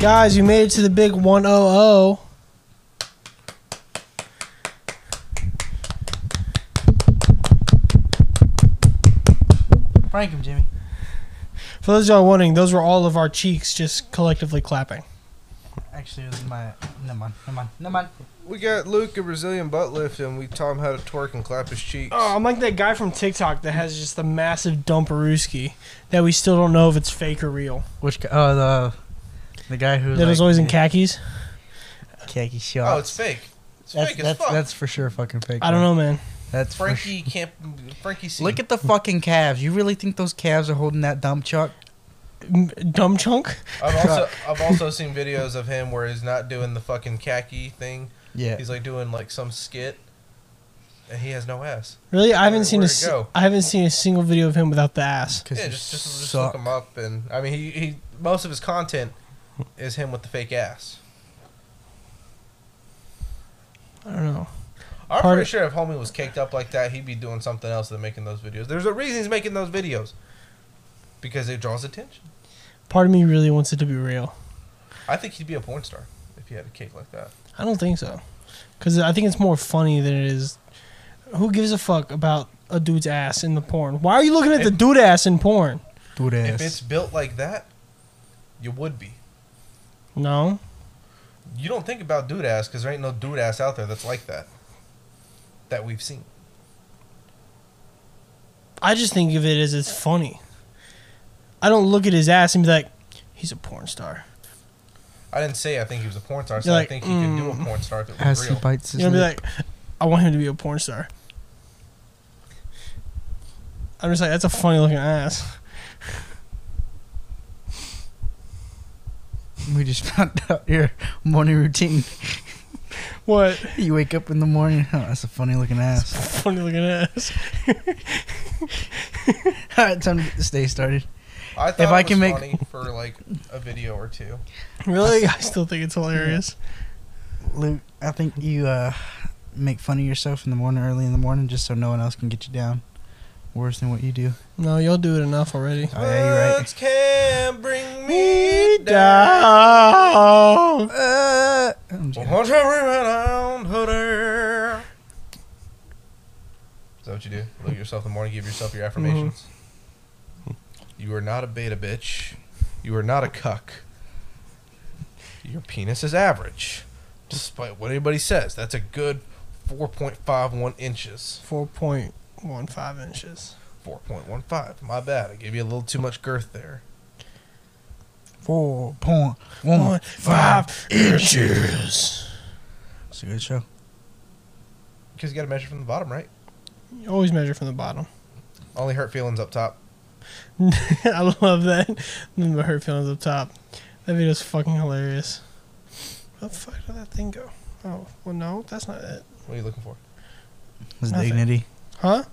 Guys, you made it to the big 100. Prank him, Jimmy. For those of y'all wondering, those were all of our cheeks just collectively clapping. Actually, it was my. Never mind. Never mind. Never mind. We got Luke a Brazilian butt lift, and we taught him how to twerk and clap his cheeks. Oh, I'm like that guy from TikTok that has just the massive dumperooski that we still don't know if it's fake or real. Which guy? Oh, the the guy who That was always in khakis. khaki Oh, shorts. it's fake. Oh, It's that's fake as that's, fuck. that's for sure fucking fake. I don't man. know, man. That's for sure. Frankie can't. Frankie C. Look at the fucking calves. You really think those calves are holding that dump truck? M- Dumb chunk? I've also I've also seen videos of him where he's not doing the fucking khaki thing. Yeah. He's like doing like some skit, and he has no ass. Really? I haven't Where- seen a where'd it s- go? I haven't seen a single video of him without the ass. Cause yeah, you just just, just suck. look him up, and I mean, he, he most of his content is him with the fake ass. I don't know. I'm Part pretty of- sure if homie was caked up like that, he'd be doing something else than making those videos. There's a reason he's making those videos because it draws attention. Part of me really wants it to be real. I think he'd be a porn star if he had a cake like that. I don't think so. Because I think it's more funny than it is. Who gives a fuck about a dude's ass in the porn? Why are you looking at the If- dude ass in porn? Do this. If it's built like that, you would be. No. You don't think about dude ass because there ain't no dude ass out there that's like that that we've seen. I just think of it as it's funny. I don't look at his ass and be like, he's a porn star. I didn't say I think he was a porn star. I said You're I like, think he could do mm. a porn star if it was As he real. bites his You're gonna be lip. like, I want him to be a porn star. I'm just like, that's a funny looking ass. We just found out your morning routine. What? You wake up in the morning. Oh, that's a funny looking ass. Funny looking ass. All right, time to get this day started. I thought If it I was can make- funny for like a video or two. Really? I still think it's hilarious. Luke, I think you uh, make fun of yourself in the morning, early in the morning, just so no one else can get you down. Worse than what you do. No, y'all do it enough already. Oh, yeah, you're right. Words can bring me down. Uh, I'm just kidding. Won't you bring me down today? Is that what you do? Look at yourself in the morning, give yourself your affirmations. You are not a beta bitch. You are not a cuck. Your penis is average. Despite what anybody says, that's a good 4.51 inches. 4.15 inches. 4.15. My bad. I gave you a little too much girth there. Four point one. One, five inches. It's a good show. Because you got to measure from the bottom, right? You always measure from the bottom. Only hurt feelings up top. I love that. Then the hurt feelings up top. That video's fucking hilarious. Where the fuck did that thing go? Oh, well, no, that's not it. What are you looking for? His Nothing. dignity. Huh?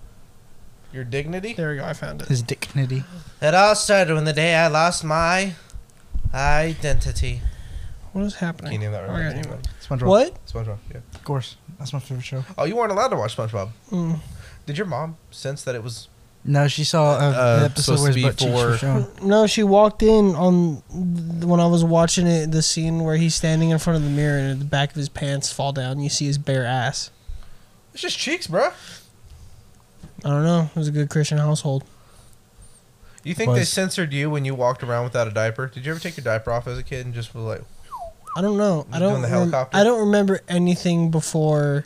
Your dignity? There we go. I found it. His dignity. It all started when the day I lost my identity. What is Can you happening? name Oh, that I got right? an email. SpongeBob. What? SpongeBob. Yeah. Of course. That's my favorite show. Oh, you weren't allowed to watch SpongeBob. Mm. Did your mom sense that it was? No, she saw uh, Uh, an episode supposed where to his be butt cheeks were for- shown. No, she walked in on th- when I was watching it. The scene where he's standing in front of the mirror and the back of his pants fall down. You see his bare ass. It's just cheeks, bro. I don't know. It was a good Christian household. You think Was. they censored you when you walked around without a diaper? Did you ever take your diaper off as a kid and just was like, I don't know. I Doing don't. the rem- helicopter? I don't remember anything before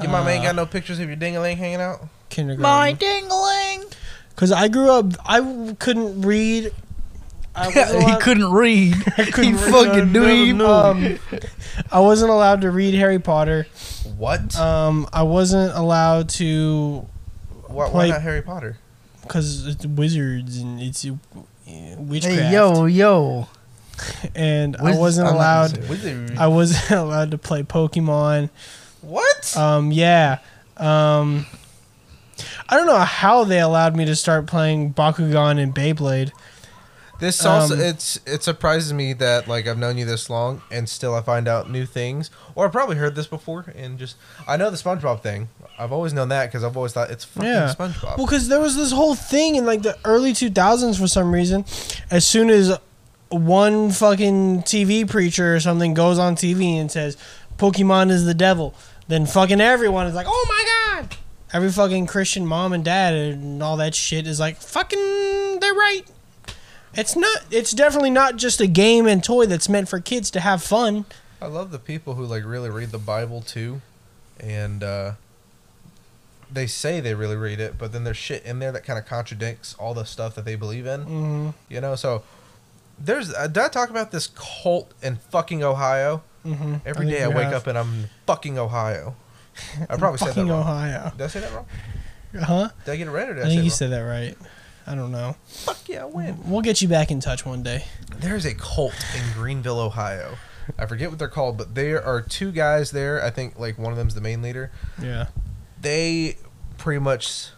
"Your mama ain't Uh. got no pictures of your ding-a-ling hanging out"? kindergarten. My dingling. Because I grew up, I w- couldn't read. I wasn't he allowed, couldn't read. I couldn't he fucking I dweeb. don't know. Um, I wasn't allowed to read Harry Potter. What? Um, I wasn't allowed to why, why play- not Harry Potter? because it's wizards and it's uh, witchcraft. Hey, yo, yo. And I Wiz- wasn't I'm not allowed. considered. Wizard. I wasn't allowed to play Pokemon. what? Um, yeah. Um, I don't know how they allowed me to start playing Bakugan and Beyblade. This also Um, it's it surprises me that like I've known you this long and still I find out new things. Or I probably heard this before and just I know the SpongeBob thing. I've always known that because I've always thought it's fucking Yeah. SpongeBob. Well, because there was this whole thing in like the early 2000s for some reason. As soon as one fucking TV preacher or something goes on TV and says Pokemon is the devil, then fucking everyone is like, "Oh my god!" Every fucking Christian mom and dad and all that shit is like, "Fucking, they're right." It's not. It's definitely not just a game and toy that's meant for kids to have fun. I love the people who like really read the Bible too, and uh, they say they really read it, but then there's shit in there that kind of contradicts all the stuff that they believe in. Mm-hmm. You know, so there's. Uh, did I talk about this cult in fucking Ohio? Mm-hmm. Every day I wake up and I'm in fucking Ohio. I probably said that fucking wrong. Ohio, Did I say that wrong? huh? Did I get it right or did I I, think you say said that right. I don't know. it wrong? Fuck yeah, I win. We'll get you back in touch one day. There is a cult in Greenville, Ohio. I forget what they're called, but there are two guys there. I think like one of them's the main leader. Yeah. They pretty much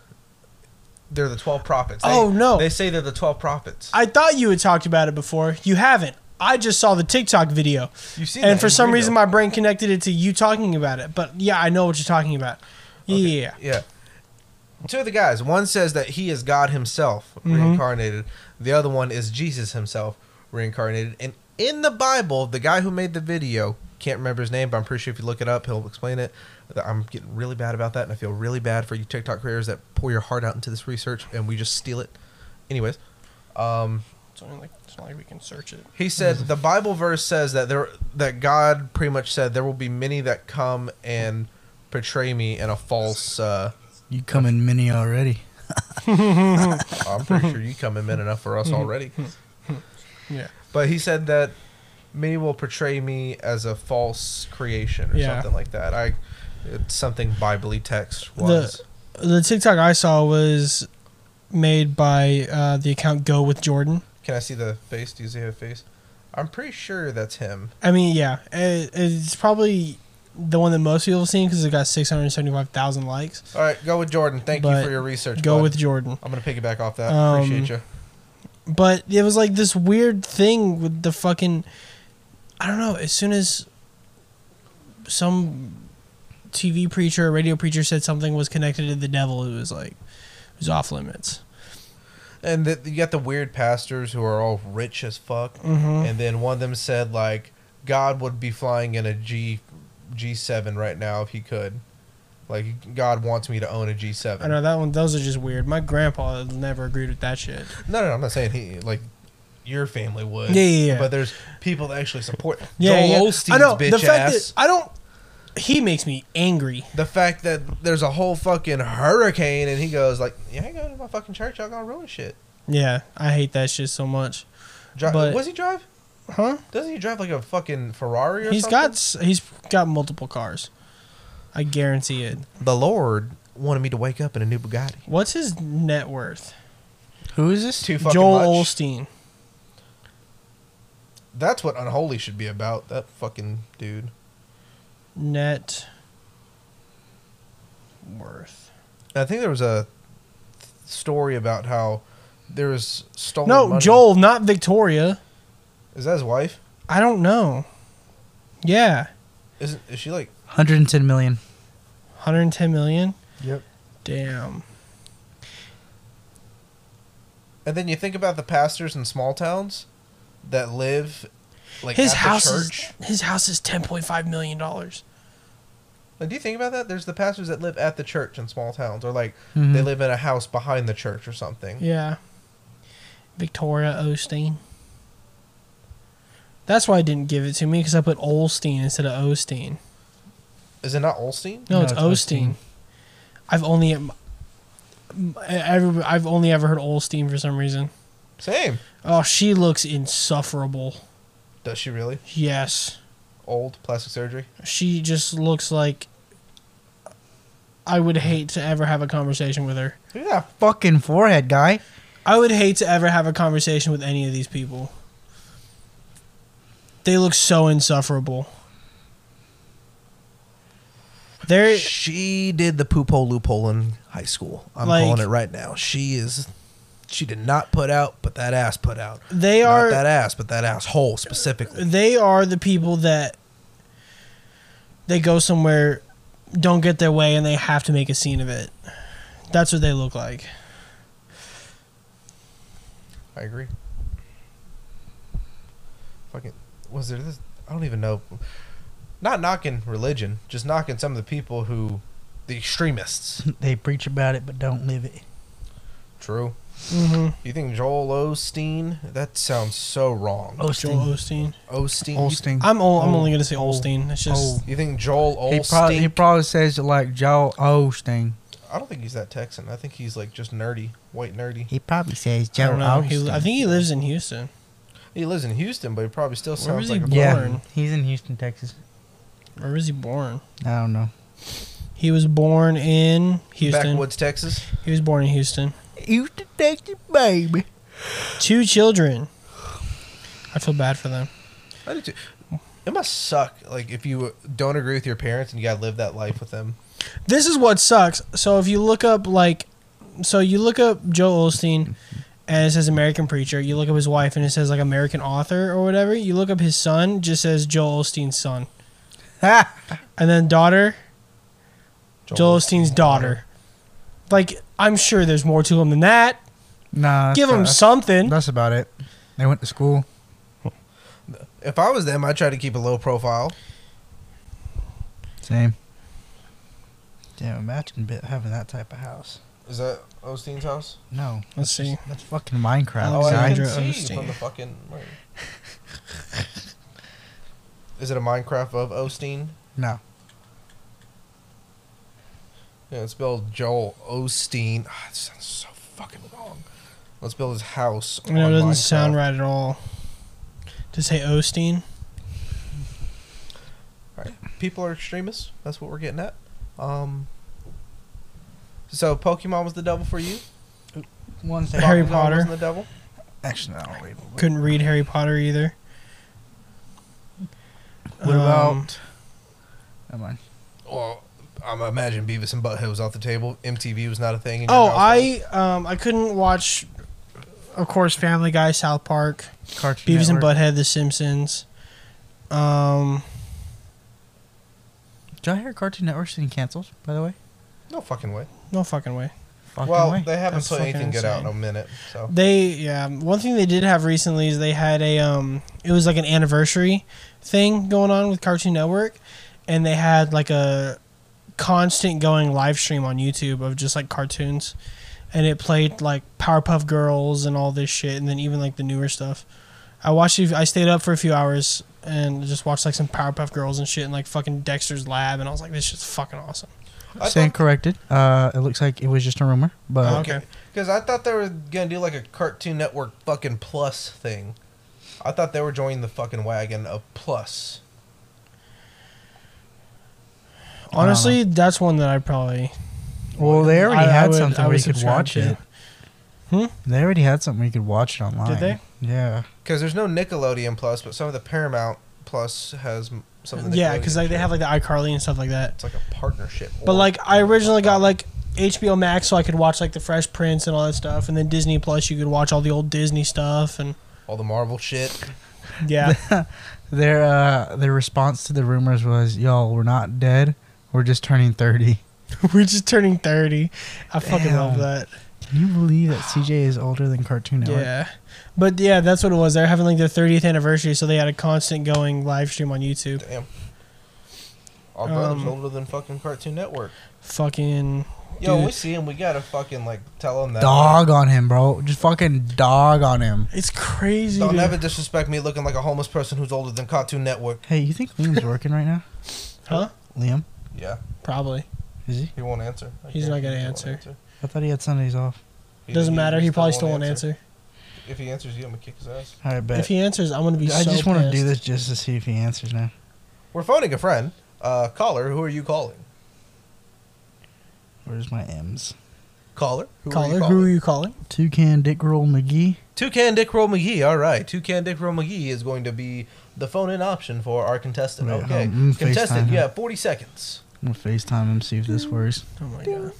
they're the twelve prophets. They- Oh, no. They say they're the twelve prophets. I thought you had talked about it before. You haven't. I just saw the TikTok video, You've seen and that for in some Greenville. reason my brain connected it to you talking about it. But yeah, I know what you're talking about. Yeah. Yeah. Two of the guys. One says that he is God himself reincarnated. The other one is Jesus himself reincarnated. And in the Bible, the guy who made the video can't remember his name, but I'm pretty sure if you look it up, he'll explain it. I'm getting really bad about that, and I feel really bad for you TikTok creators that pour your heart out into this research and we just steal it. Anyways, um, It's only like it's not like we can search it. he said the Bible verse says that there that God pretty much said there will be many that come and portray me in a false. Uh, You come in mini already. I'm pretty sure you come in enough for Mm-hmm. us already. Yeah. But he said that many will portray me as a false creation or Yeah. something like that. I it's something biblically text was. The TikTok I saw was made by uh, the account Go with Jordan. Can I see the face? Do you see her face? I'm pretty sure that's him. I mean, yeah, it, it's probably the one that most people have seen because it got six hundred seventy-five thousand likes. All right, go with Jordan. Thank you But for your research. Go bud. with Jordan. I'm gonna piggyback off that. Um, Appreciate you. but it was like this weird thing with the fucking I don't know, as soon as some TV preacher or radio preacher said something was connected to the devil, it was like it was off limits. And the, you got the weird pastors who are all rich as fuck. Mm-hmm. and then one of them said like God would be flying in a G G seven right now if he could. Like God wants me to own a G I seven. know that one those are just weird. My grandpa never agreed with that shit. No, no, no, I'm not saying he like your family would. Yeah, yeah, yeah. But there's people that actually support Yeah, Joel yeah. Osteen's I know bitch the fact ass. that I don't he makes me angry. the fact that there's a whole fucking hurricane and he goes like, "Yeah, I ain't going to my fucking church. Y'all gonna ruin shit." Yeah, I hate that shit so much. Dri- But- what does he drive? Huh? Doesn't he drive like a fucking Ferrari or He's something? got s- he's got multiple cars. I guarantee it. the Lord wanted me to wake up in a new Bugatti. What's his net worth? Who is this? Too fucking Joel much. Olstein. That's what Unholy should be about. That fucking dude. net worth. I think there was a th- story about how there was stolen. No, money. Joel, not Victoria. Is that his wife? I don't know. Yeah, Isn't is she like? 110 million. 110 million. Yep. Damn. And then you think about the pastors in small towns that live like his at house the is church. his house is 10.5 million dollars. Like, do you think about that? There's the pastors that live at the church in small towns, or like Mhm. they live in a house behind the church or something. Mm. Yeah. Victoria Osteen. That's why I didn't give it to me because I put Olstein instead of Osteen. Is it not Olstein? No, No, it's, it's Osteen. Osteen. I've only m- m- every- I've only ever heard Olstein for some reason. Same. Oh, she looks insufferable. Does she really? Yes. Old plastic surgery. She just looks like I would hate to ever have a conversation with her. Look at that Fucking forehead guy. I would hate to ever have a conversation with any of these people. They look so insufferable. They're She did the poop hole loophole in high school. I'm Like- calling it right now. She is. She did not put out, but that ass put out. they not are that ass, but that asshole specifically. they are the people that they go somewhere, don't get their way, and they have to make a scene of it. That's what they look like. I agree. fucking was there this I don't even know not knocking religion, just knocking some of the people who the extremists. they preach about it but don't live it. True. Mm-hmm. You think Joel Osteen? That sounds so wrong. Joel Osteen. Osteen. Osteen. Osteen. I'm ol- I'm Oh. only gonna say Olstein. oh, That's just You think Joel He Osteen? probably, he probably says it like Joel Osteen. I don't think he's that Texan. I think he's like just nerdy, white nerdy. He probably says I don't know. He, I think he lives in Houston. He lives in Houston, but he probably still Where was sounds he like a yeah, born. he's in Houston, Texas. Where was he born? I don't know. He was born in Houston. backwoods Texas. He was born in Houston. Houston, Texas, baby. Two children. I feel bad for them. I do too. It must suck, like if you don't agree with your parents and you gotta live that life with them. This is what sucks. So if you look up like, so you look up Joel Olstein, and it says American preacher. You look up his wife, and it says like American author or whatever. You look up his son, just says Joel Olstein's son, Ha! and then daughter, Joel Osteen's daughter. Like I'm sure there's more to him than that. Nah. that's Give him not- something. That's about it. They went to school. If I was them, I'd try to keep a low profile. Same. Damn, imagine bit having that type of house. Is that Osteen's house? No. Let's see. That's fucking Minecraft. Oh, I Alexandra can guys. see from Osteen. the fucking. like- Is it a Minecraft of Osteen? No. Yeah, it's spelled Joel Osteen. Ah, it sounds so fucking wrong. Let's build his house. You know, it on doesn't Minecraft. sound right at all. To say Osteen. People are extremists. That's what we're getting at. Um. So Pokemon was the devil for you. One second. Harry Bakugan Potter. wasn't the devil. Actually, no, I don't read. it. Couldn't read Harry Potter either. What Um, about? Never mind. Well, I'm imagine Beavis and Butthead was off the table. MTV was not a thing. in your Oh, household. I um I couldn't watch, of course, Family Guy, South Park, Cartoon Beavis and Network. Butthead, The Simpsons. Um, Did I hear Cartoon Network's getting canceled? By the way. no fucking way. no fucking way. Fucking well, way. they haven't That's put fucking anything good out in a insane. minute. So They yeah. One thing they did have recently is they had a um. It was like an anniversary thing going on with Cartoon Network, and they had like a constant going live stream on YouTube of just like cartoons, and it played like Powerpuff Girls and all this shit, and then even like the newer stuff. I watched. it- I stayed up for a few hours and just watched like some Powerpuff Girls and shit, and like fucking Dexter's Lab, and I was like, this shit's fucking awesome. I Stand thought- corrected. Uh, it looks like it was just a rumor, but Okay. Because I thought they were gonna do like a Cartoon Network fucking Plus thing. I thought they were joining the fucking wagon of Plus. Honestly, that's one that I probably well, they already I- I had would- something I where would you could subscribe watch to it. it. Hmm? They already had something where you could watch it online. they? Yeah. Because there's no Nickelodeon Plus, but some of the Paramount Plus has m- some. Of the yeah, because Nickelodeon like they shit. have like the iCarly and stuff like that. It's like a partnership. But or- like I originally got like HBO Max so I could watch like the Fresh Prince and all that stuff, and then Disney Plus you could watch all the old Disney stuff and all the Marvel shit. yeah. Their uh, their response to the rumors was, "Y'all, we're not dead. We're just turning 30." We're just turning thirty. I fucking love Damn. that. Can you believe that CJ is older than Cartoon Network? Yeah, but yeah, that's what it was. They're having like their thirtieth anniversary, so they had a constant going live stream on YouTube. Damn. Our brother's Um, older than fucking Cartoon Network. Fucking Yo, dude. we see him. We gotta fucking like tell him that. Dog on him, bro. Just fucking dog on him. it's crazy. Don't dude. ever disrespect me looking like a homeless person who's older than Cartoon Network. Hey, you think Liam's working right now? Huh? Liam? Yeah, Probably. Is he? he won't answer. I He's not guarantee gonna he won't answer. I thought he had Sundays off. He- Doesn't matter. He probably still won't answer. If he answers you, I'm gonna kick his ass. All right, bet. If he answers, I'm gonna be. I so just want to do pissed. this just to see if he answers now. We're phoning a friend. Uh, caller, who are you calling? Where's my M's? Caller, who are you Caller, calling? who are you calling? Toucan Dick Roll McGee. Toucan Dick Roll McGee. All right, Toucan Dick Roll McGee is going to be the phone-in option for our contestant. Wait, okay, um, I'm gonna contestant, FaceTime you him. have 40 seconds. I'm gonna FaceTime him see if this works. Oh my god.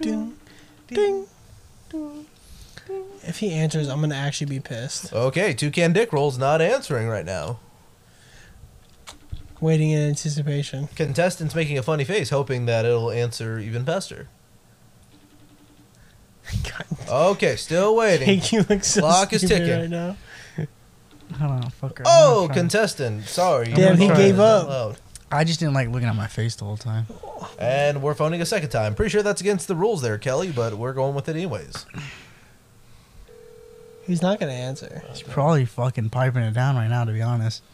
Ding. Ding. If he answers, I'm gonna actually be pissed. Okay, Toucan Dick Roll's not answering right now. Waiting in anticipation. Contestant's making a funny face, hoping that it'll answer even faster. God, Okay, still waiting. Jake, you look so Clock is stupid ticking. right now. Hold on, fucker. I'm not Oh, trying. contestant. Sorry. Damn, I'm he sorry. gave It's not up. loud. I just didn't like looking at my face the whole time. And we're phoning a second time. Pretty sure that's against the rules there, Kelly, but we're going with it anyways. He's not gonna answer. He's probably fucking piping it down right now, to be honest.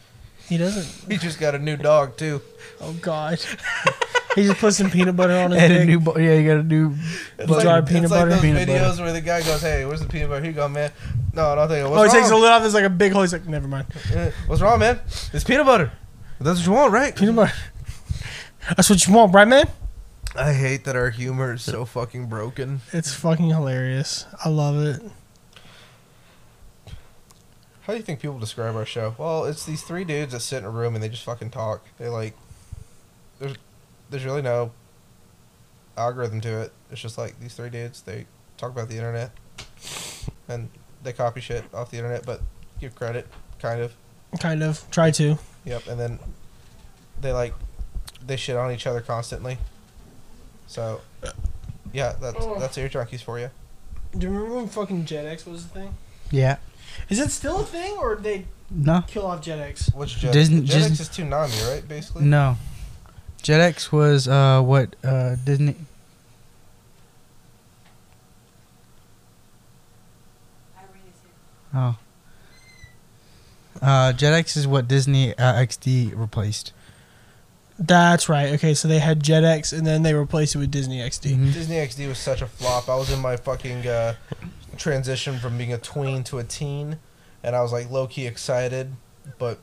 He doesn't. He just got a new dog, too. Oh God. he just put some peanut butter on his And a dick. new, bo- yeah, you got a new. It's Jar of peanut it's butter? like those Peanut videos butter. where the guy goes, hey, where's the peanut butter? Here you go, man. No, no, thank you. oh, he What's takes a wrong? lid off. There's like a big hole. He's like, never mind. Uh, What's wrong, man? It's peanut butter. That's what you want, right? Peanut butter. That's what you want, right, man? I hate that our humor is so fucking broken. It's fucking hilarious. I love it. How do you think people describe our show? Well, it's these three dudes that sit in a room and they just fucking talk. They like, there's, there's really no algorithm to it. It's just like these three dudes. They talk about the internet, and they copy shit off the internet, but give credit, kind of. Kind of. Try to. Yep. And then they like, they shit on each other constantly. So, yeah, that's that's air junkies for you. Do you remember when fucking Gen X was a thing? Yeah. Is it still a thing, or did they No. kill off Gen X? Which Gen, Disney- Gen X Disney- is Toonami, right? Basically. No. JetX was uh what uh Disney. Oh. Uh, JetX is what Disney uh, XD replaced. That's right. Okay, so they had Gen X, and then they replaced it with Disney XD. Mhm. Disney XD was such a flop. I was in my fucking uh, transition from being a tween to a teen, and I was like low key excited, but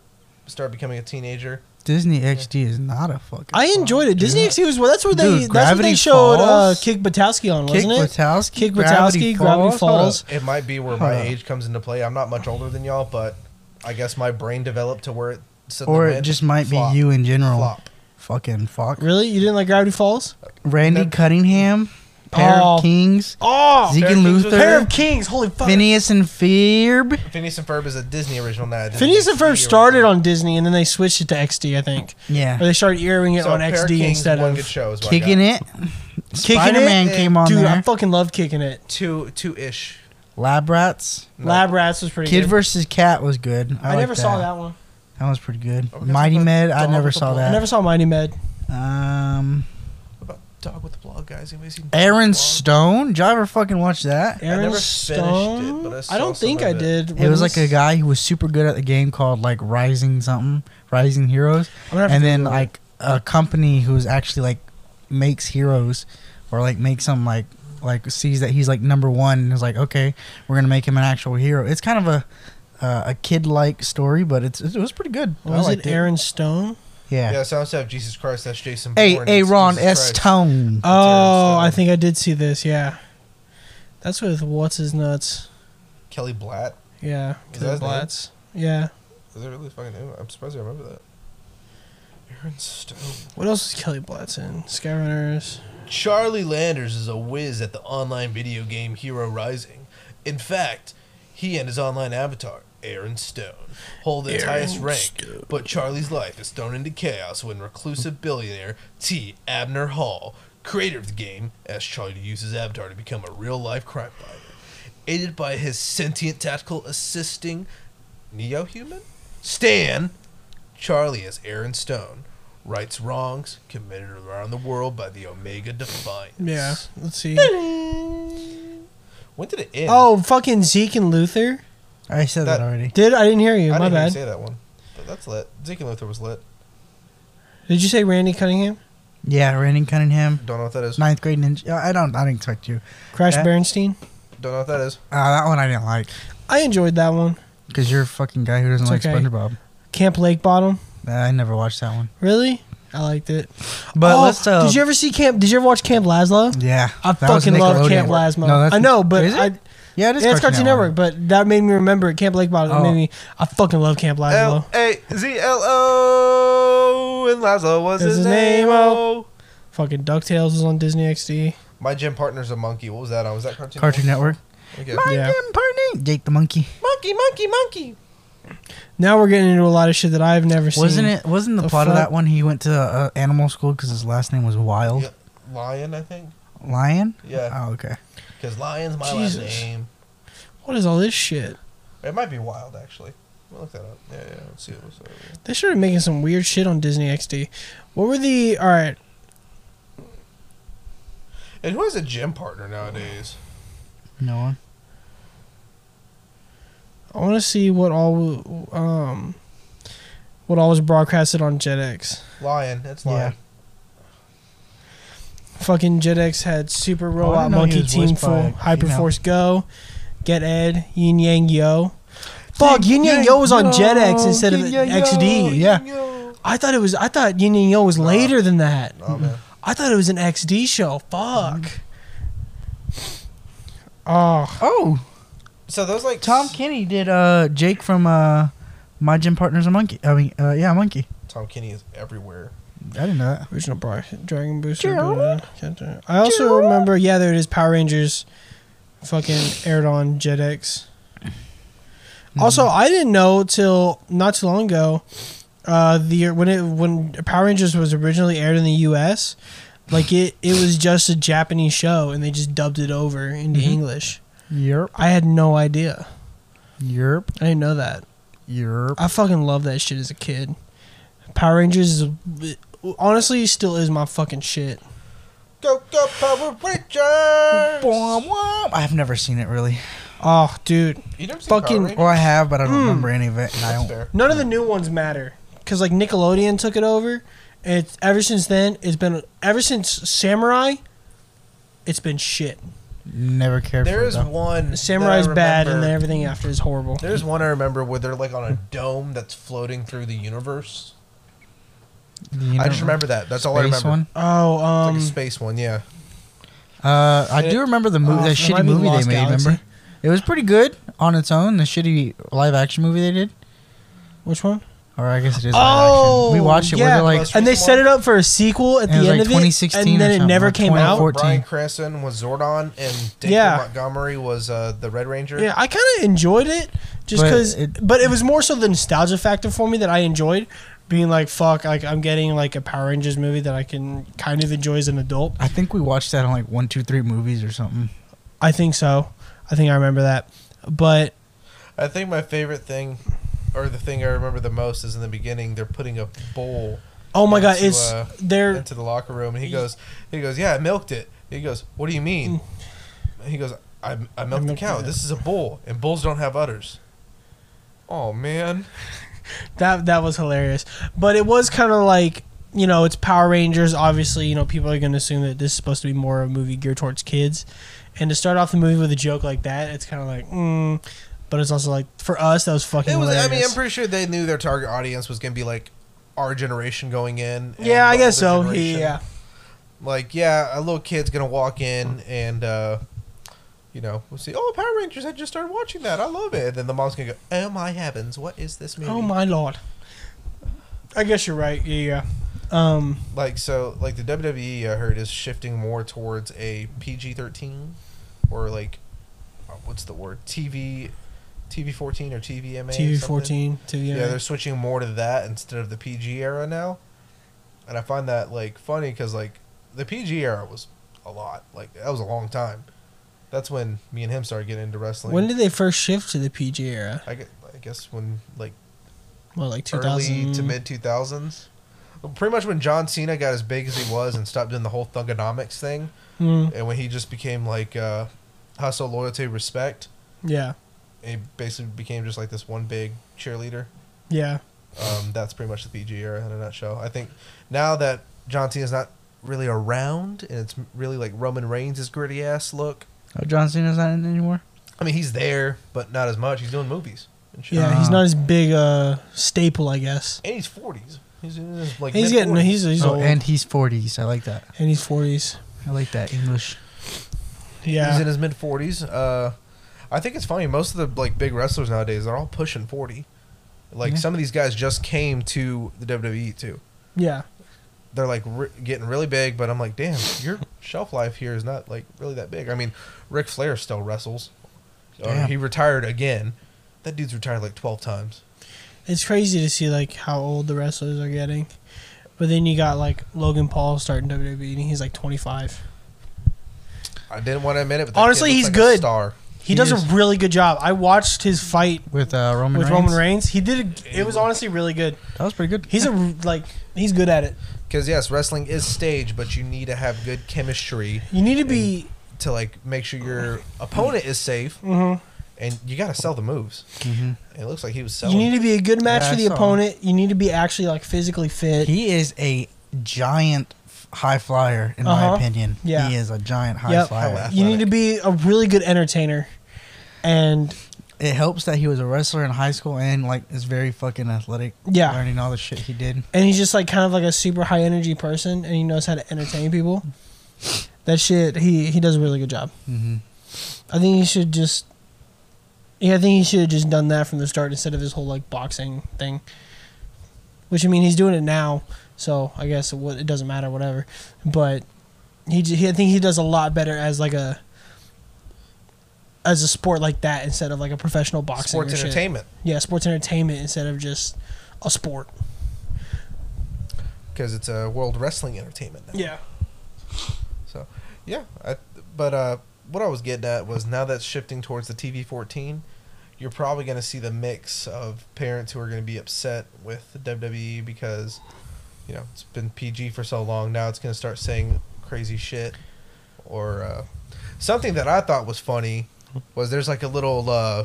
started becoming a teenager. Disney XD is not a fucking. I enjoyed it. Disney XD was well. That's where they. Dude, that's what they Gravity showed uh, Falls? Kick Batowski on, Kick wasn't it? Batowski. Kick Batowski, Gravity Hold Falls. It might be where Hold my up. age comes into play. I'm not much older than y'all, but I guess my brain developed to where it up. suddenly Or it went just might flop, be you in general. flop. Fucking fuck. Really, you didn't like Gravity Falls? Randy That- Cunningham, pair Oh. of kings, Oh, Zeke Pair of and Kings was- Luther, Pair of Kings. Holy fuck! Phineas and Ferb. Phineas and Ferb is a Disney original now. Phineas and Ferb started on Disney, and then they switched it to XD. I think, or Yeah, they started airing it on XD instead one of good show. Is what I kicking it. got. Kicking It? Spider Man Eh, came on Dude, I there. fucking love kicking it. two two ish. Lab Rats. Lab Rats was pretty Kid good. versus Cat was good. I, I, liked never saw that one. That was pretty good. Oh, we got Mighty some Med. dog I never with a saw ball. I that. never saw Mighty Med. Um, about dog with the blog guys. Anybody seen Aaron Dog? Stone. Did y'all ever fucking watch that? Aaron never finished it, Stone. but I I, saw don't some think of I it. did. It was like a guy who was super good at the game called like Rising something, Rising Heroes, I'm gonna have and to then Google it. like a company who's actually like makes heroes or like makes him like like sees that he's like number one and is like okay we're gonna make him an actual hero. It's kind of a uh, a kid like story, but it's it was pretty good. I Was it liked it. Aaron Stone? Yeah. Yeah, sounds to have Jesus Christ. That's Jason. Hey, Bourne, hey, it's Ron Jesus S. Christ. Tone. Oh, Stone. I think I did see this. Yeah, that's with what's his nuts. Kelly Blatt. Yeah, Is that his name? Blatz. Yeah. Is it really fucking new? I'm surprised I remember that. Aaron Stone. What else is Kelly Blatz in? Skyrunners. Charlie Landers is a whiz at the online video game Hero Rising. In fact, he and his online avatar, Aaron Stone, hold its Aaron highest rank, Stone. but Charlie's life is thrown into chaos when reclusive billionaire T. Abner Hall, creator of the game, asks Charlie to use his avatar to become a real life crime fighter. Aided by his sentient tactical assisting Neo human? Stan! Charlie as Aaron Stone rights wrongs committed around the world by the Omega Defiance. Yeah. Let's see. When did it end? Oh, fucking Zeke and Luther. I said that, That- already. Did I didn't hear you? I My didn't even bad. say that one. But that's lit. Zeke and Luther was lit. Did you say Randy Cunningham? Yeah, Randy Cunningham, Don't know what that is. ninth grade ninja. I don't. I didn't expect you. Crash Yeah. Bernstein. Don't know what that is. Uh, that one I didn't like I enjoyed that one. because you're a fucking guy who doesn't It's like okay. SpongeBob. Camp Lake Bottom. Uh, I never watched that one. Really? I liked it. But Oh, let's. Uh, did you ever see Camp? Did you ever watch Camp Laszlo? yeah, I that was fucking love Nickelodeon. Camp Laszlo. No, that's- I know, but is it? I, yeah, it is yeah, it's Cartoon Network. But that made me remember it. Camp Lake Bottom Oh. made me. I fucking love Camp Laszlo. L A Z L O and Lazlo was Is his his name. name, Oh. Fucking Ducktales was on Disney XD. My gym partner's a monkey. What was that on? Was that Cartoon Cartoon Network. Okay. My Yeah. damn partner, Jake the Monkey. Monkey, monkey, monkey. Now we're getting into a lot of shit that I've never seen. Wasn't it? Wasn't the, The plot of fuck? that one? He went to uh, animal school because his last name was Wild Yeah. Lion, I think. Lion. Yeah. Oh, okay. Because Lion's my Uh, Jesus. last name. What is all this shit? It might be wild, actually. I'll look that up. Yeah, yeah. Let's see what's up. They started making some weird shit on Disney XD. What were the all right? And who has a gym partner nowadays? No one. I want to see what all um what all was broadcasted on JetX. Lion. That's Lion. Fucking JetX had Super Oh, didn't Robot know he Monkey was Team voiced by Full, a female. Hyperforce Go, Get Ed, Yin Yang Yo. Fuck, Yin Yin Yang Yang Yo was on Yo, JetX instead of Yin Yang Yo, XD. Yin Yeah. Yo. I thought it was. I thought Yin Yang Yo was Nah. later than that. Oh man. I thought it was an XD show. Fuck. Oh, Oh, So those like Tom s- Kenny did uh Jake from uh My Gym Partner's a Monkey. I mean, uh, yeah, a Monkey. Tom Kenny is everywhere. I didn't know that. original Bra- Dragon Booster. Gerald? blah, blah, blah. I also Gerald? remember. Yeah, there it is. Power Rangers. Fucking aired on JetX. Also, I didn't know till not too long ago. Uh, the when it when Power Rangers was originally aired in the U.S., like it it was just a Japanese show and they just dubbed it over into Mhm. English. Yerp, I had no idea. yerp, I didn't know that. yerp. I fucking love that shit as a kid. Power Rangers is honestly still is my fucking shit. Go go Power Rangers. Womp womp. I've never seen it really. Oh, dude, You never seen Fucking- Power Or Rangers? I have, but I don't Mm. remember any of it. And I That's don't. fair. none of the new ones matter because like Nickelodeon took it over, and it's, ever since then it's been ever since Samurai, it's been shit. Never cared There for is it. though. one. Samurai's that I bad, and then remember- everything after is horrible. There's one I remember where they're like on a dome that's floating through the universe. You I just know, remember that. That's all I space remember. one? Oh, It's um, like a space one, yeah. Uh, I It- do remember the Oh, movie, that it might be shitty movie they Lost made. Galaxy. Remember, it was pretty good on its own. The shitty live action movie they did, which one? or I guess it is. Oh! live action. we watched it. where they're like, Most and they recent set it one? up for a sequel at It was the like end of it, 2016 and or then it something, never like came out. 2014. Brian Cranston was Zordon and David Yeah. Montgomery was uh, the Red Ranger. Yeah, I kind of enjoyed it just But because, it- but it was more so the nostalgia factor for me that I enjoyed being like, fuck, like I'm getting like a Power Rangers movie that I can kind of enjoy as an adult. I think we watched that on like one, two, three movies or something. I think so. I think I remember that. But I think my favorite thing, or the thing I remember the most, is in the beginning they're putting a bowl oh my god, Into, it's uh, there. into the locker room, and he goes, he goes, yeah, I milked it. He goes, what do you mean? He goes, I, I milked the Mm. milked cow. it. This is a bull, and bulls don't have udders. Oh man, That that was hilarious. But it was kind of like you know it's Power Rangers. Obviously, you know people are going to assume that this is supposed to be more of a movie geared towards kids. And to start off the movie with a joke like that, it's kind of like, mm, but it's also like for us that was fucking. it was. I mean, hilarious. I'm pretty sure they knew their target audience was gonna be like our generation going in. and Yeah, I the guess older so. generation. Yeah. like yeah, a little kid's gonna walk in and uh, you know we'll see. Oh, Power Rangers! I just started watching that. I love it. And then the mom's gonna go, "Oh my heavens, what is this movie?" Oh my lord. I guess you're right. Yeah. yeah. Um. Like so, like the WWE I heard is shifting more towards a PG thirteen or like uh, what's the word TV TV fourteen or TVMA or TV something. fourteen. TV. yeah, they're switching more to that instead of the PG era now, and I find that like funny because like the PG era was a lot, like that was a long time. That's when me and him started getting into wrestling. When did they first shift to the PG era? I guess, I guess when like Well, like two early thousand to mid two thousands, pretty much when John Cena got as big as he was and stopped doing the whole thugonomics thing, Hmm, and when he just became like uh, hustle, loyalty, respect, yeah. and he basically became just like this one big cheerleader. Yeah. Um, that's pretty much the PG era in a nutshell. I think now that John Cena's not really around, and it's really like Roman Reigns' gritty ass look. Oh, John Cena's not in it anymore. I mean, he's there, but not as much. He's doing movies and shit. Yeah. he's not as big a staple, I guess. And he's forties. He's in his, like He's getting. mid-forties. He's he's oh, old. and And, he's forties. I like that. he's forties. I like that English. he's Yeah. in his mid forties. Uh, I think it's funny. Most of the like big wrestlers nowadays, they're all pushing forty. Like Yeah. some of these guys just came to the WWE too. yeah. they're like re- getting really big, but I'm like, damn, your shelf life here is not like really that big. I mean, Ric Flair still wrestles. Or Damn. he retired again. That dude's retired like 12 times. It's crazy to see like how old the wrestlers are getting. But then you got like Logan Paul starting WWE and he's like 25. I didn't want to admit it, but that Honestly, kid he's looks like a good. star. He, does is- a really good job. I watched his fight with uh, Roman with Reigns. Roman Reigns. He did. A, it was honestly really good. That was pretty good. He's a like he's good at it. Because yes, wrestling is stage, but you need to have good chemistry You need to be. to like make sure your opponent is safe, mhm. and you got to sell the moves. Mhm. It looks like he was You selling. need to be a good match Yeah, for I the saw him. opponent. You need to be actually like physically fit. He is a giant f- high flyer, in Uh-huh. my opinion. Yeah. He is a giant high Yep. flyer. Hella. you need to be a really good entertainer, and It helps that he was a wrestler in high school and like is very fucking athletic. Yeah. learning all the shit he did. and he's just like kind of like a super high energy person, and he knows how to entertain people. That shit, he he does a really good job. Mm-hmm. I think he should just. Yeah, I think he should have just done that from the start instead of his whole like boxing thing. Which I mean, he's doing it now, so I guess it, wa- it doesn't matter, whatever. But he, j- he, I think he does a lot better as like a as a sport like that instead of like a professional boxing sports or shit. entertainment. Yeah, sports entertainment instead of just a sport. Because it's a world wrestling entertainment now. Yeah. So, yeah. I, but uh, what I was getting at was now that's shifting towards the TV 14, you're probably going to see the mix of parents who are going to be upset with the WWE because, you know, it's been PG for so long. Now it's going to start saying crazy shit. Or uh, something that I thought was funny was there's like a little uh,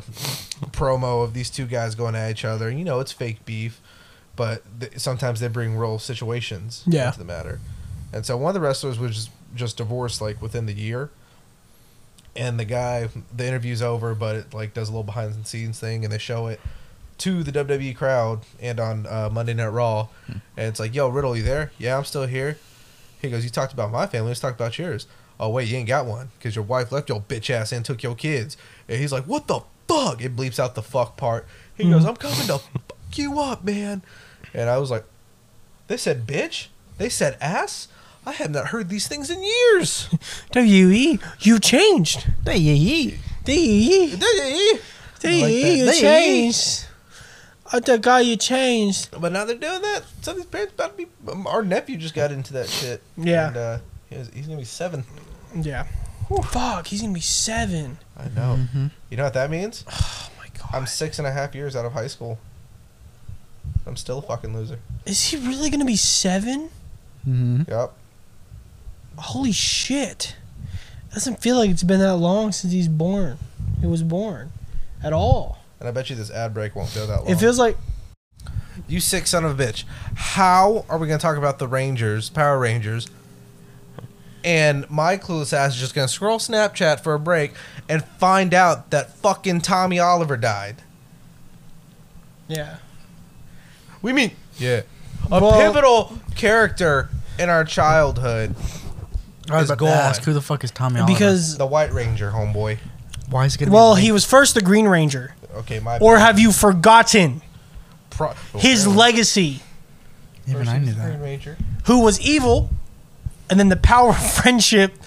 promo of these two guys going at each other. You know, it's fake beef, but th- sometimes they bring real situations Yeah. into the matter. And so one of the wrestlers was just, just divorced like within the year. And the guy, the interview's over, but it like does a little behind the scenes thing, and they show it to the WWE crowd and on uh, Monday Night Raw. And it's like, "Yo, Riddle, you there? Yeah, I'm still here." He goes, "You talked about my family. Let's talk about yours." Oh wait, you ain't got one because your wife left your bitch ass and took your kids. And he's like, "What the fuck?" It bleeps out the fuck part. He goes, "I'm coming to fuck you up, man." And I was like, "They said bitch. They said ass. I have not heard these things in years." WE, E, you changed. They yeah, yeah. WE, WE, you They- changed. I the guy you changed. But now they're doing that. Some of these parents about to be. um, Our nephew just got into that shit. Yeah. And, uh, he was- he's gonna be seven. Yeah. Fuck, he's gonna be seven. I know. You know what that means? Oh my god. I'm six and a half years out of high school. I'm still a fucking loser. Is he really gonna be seven? Mm-hmm. Yep. Holy shit. Doesn't feel like it's been that long since he's born. He was born. At all. And I bet you this ad break won't go that long. It feels like you sick son of a bitch. How are we gonna talk about the Rangers, Power Rangers? And my clueless ass is just gonna scroll Snapchat for a break and find out that fucking Tommy Oliver died. Yeah. We mean yeah. A Well- pivotal character in our childhood. I was Is about gone. to ask who the fuck is Tommy Oliver? Because The White Ranger, homeboy. why is it gonna well, be he was first the Green Ranger. Okay, my Or have you forgotten pro- his legacy? even I knew versus Green that. Ranger. who was evil, and then the power of friendship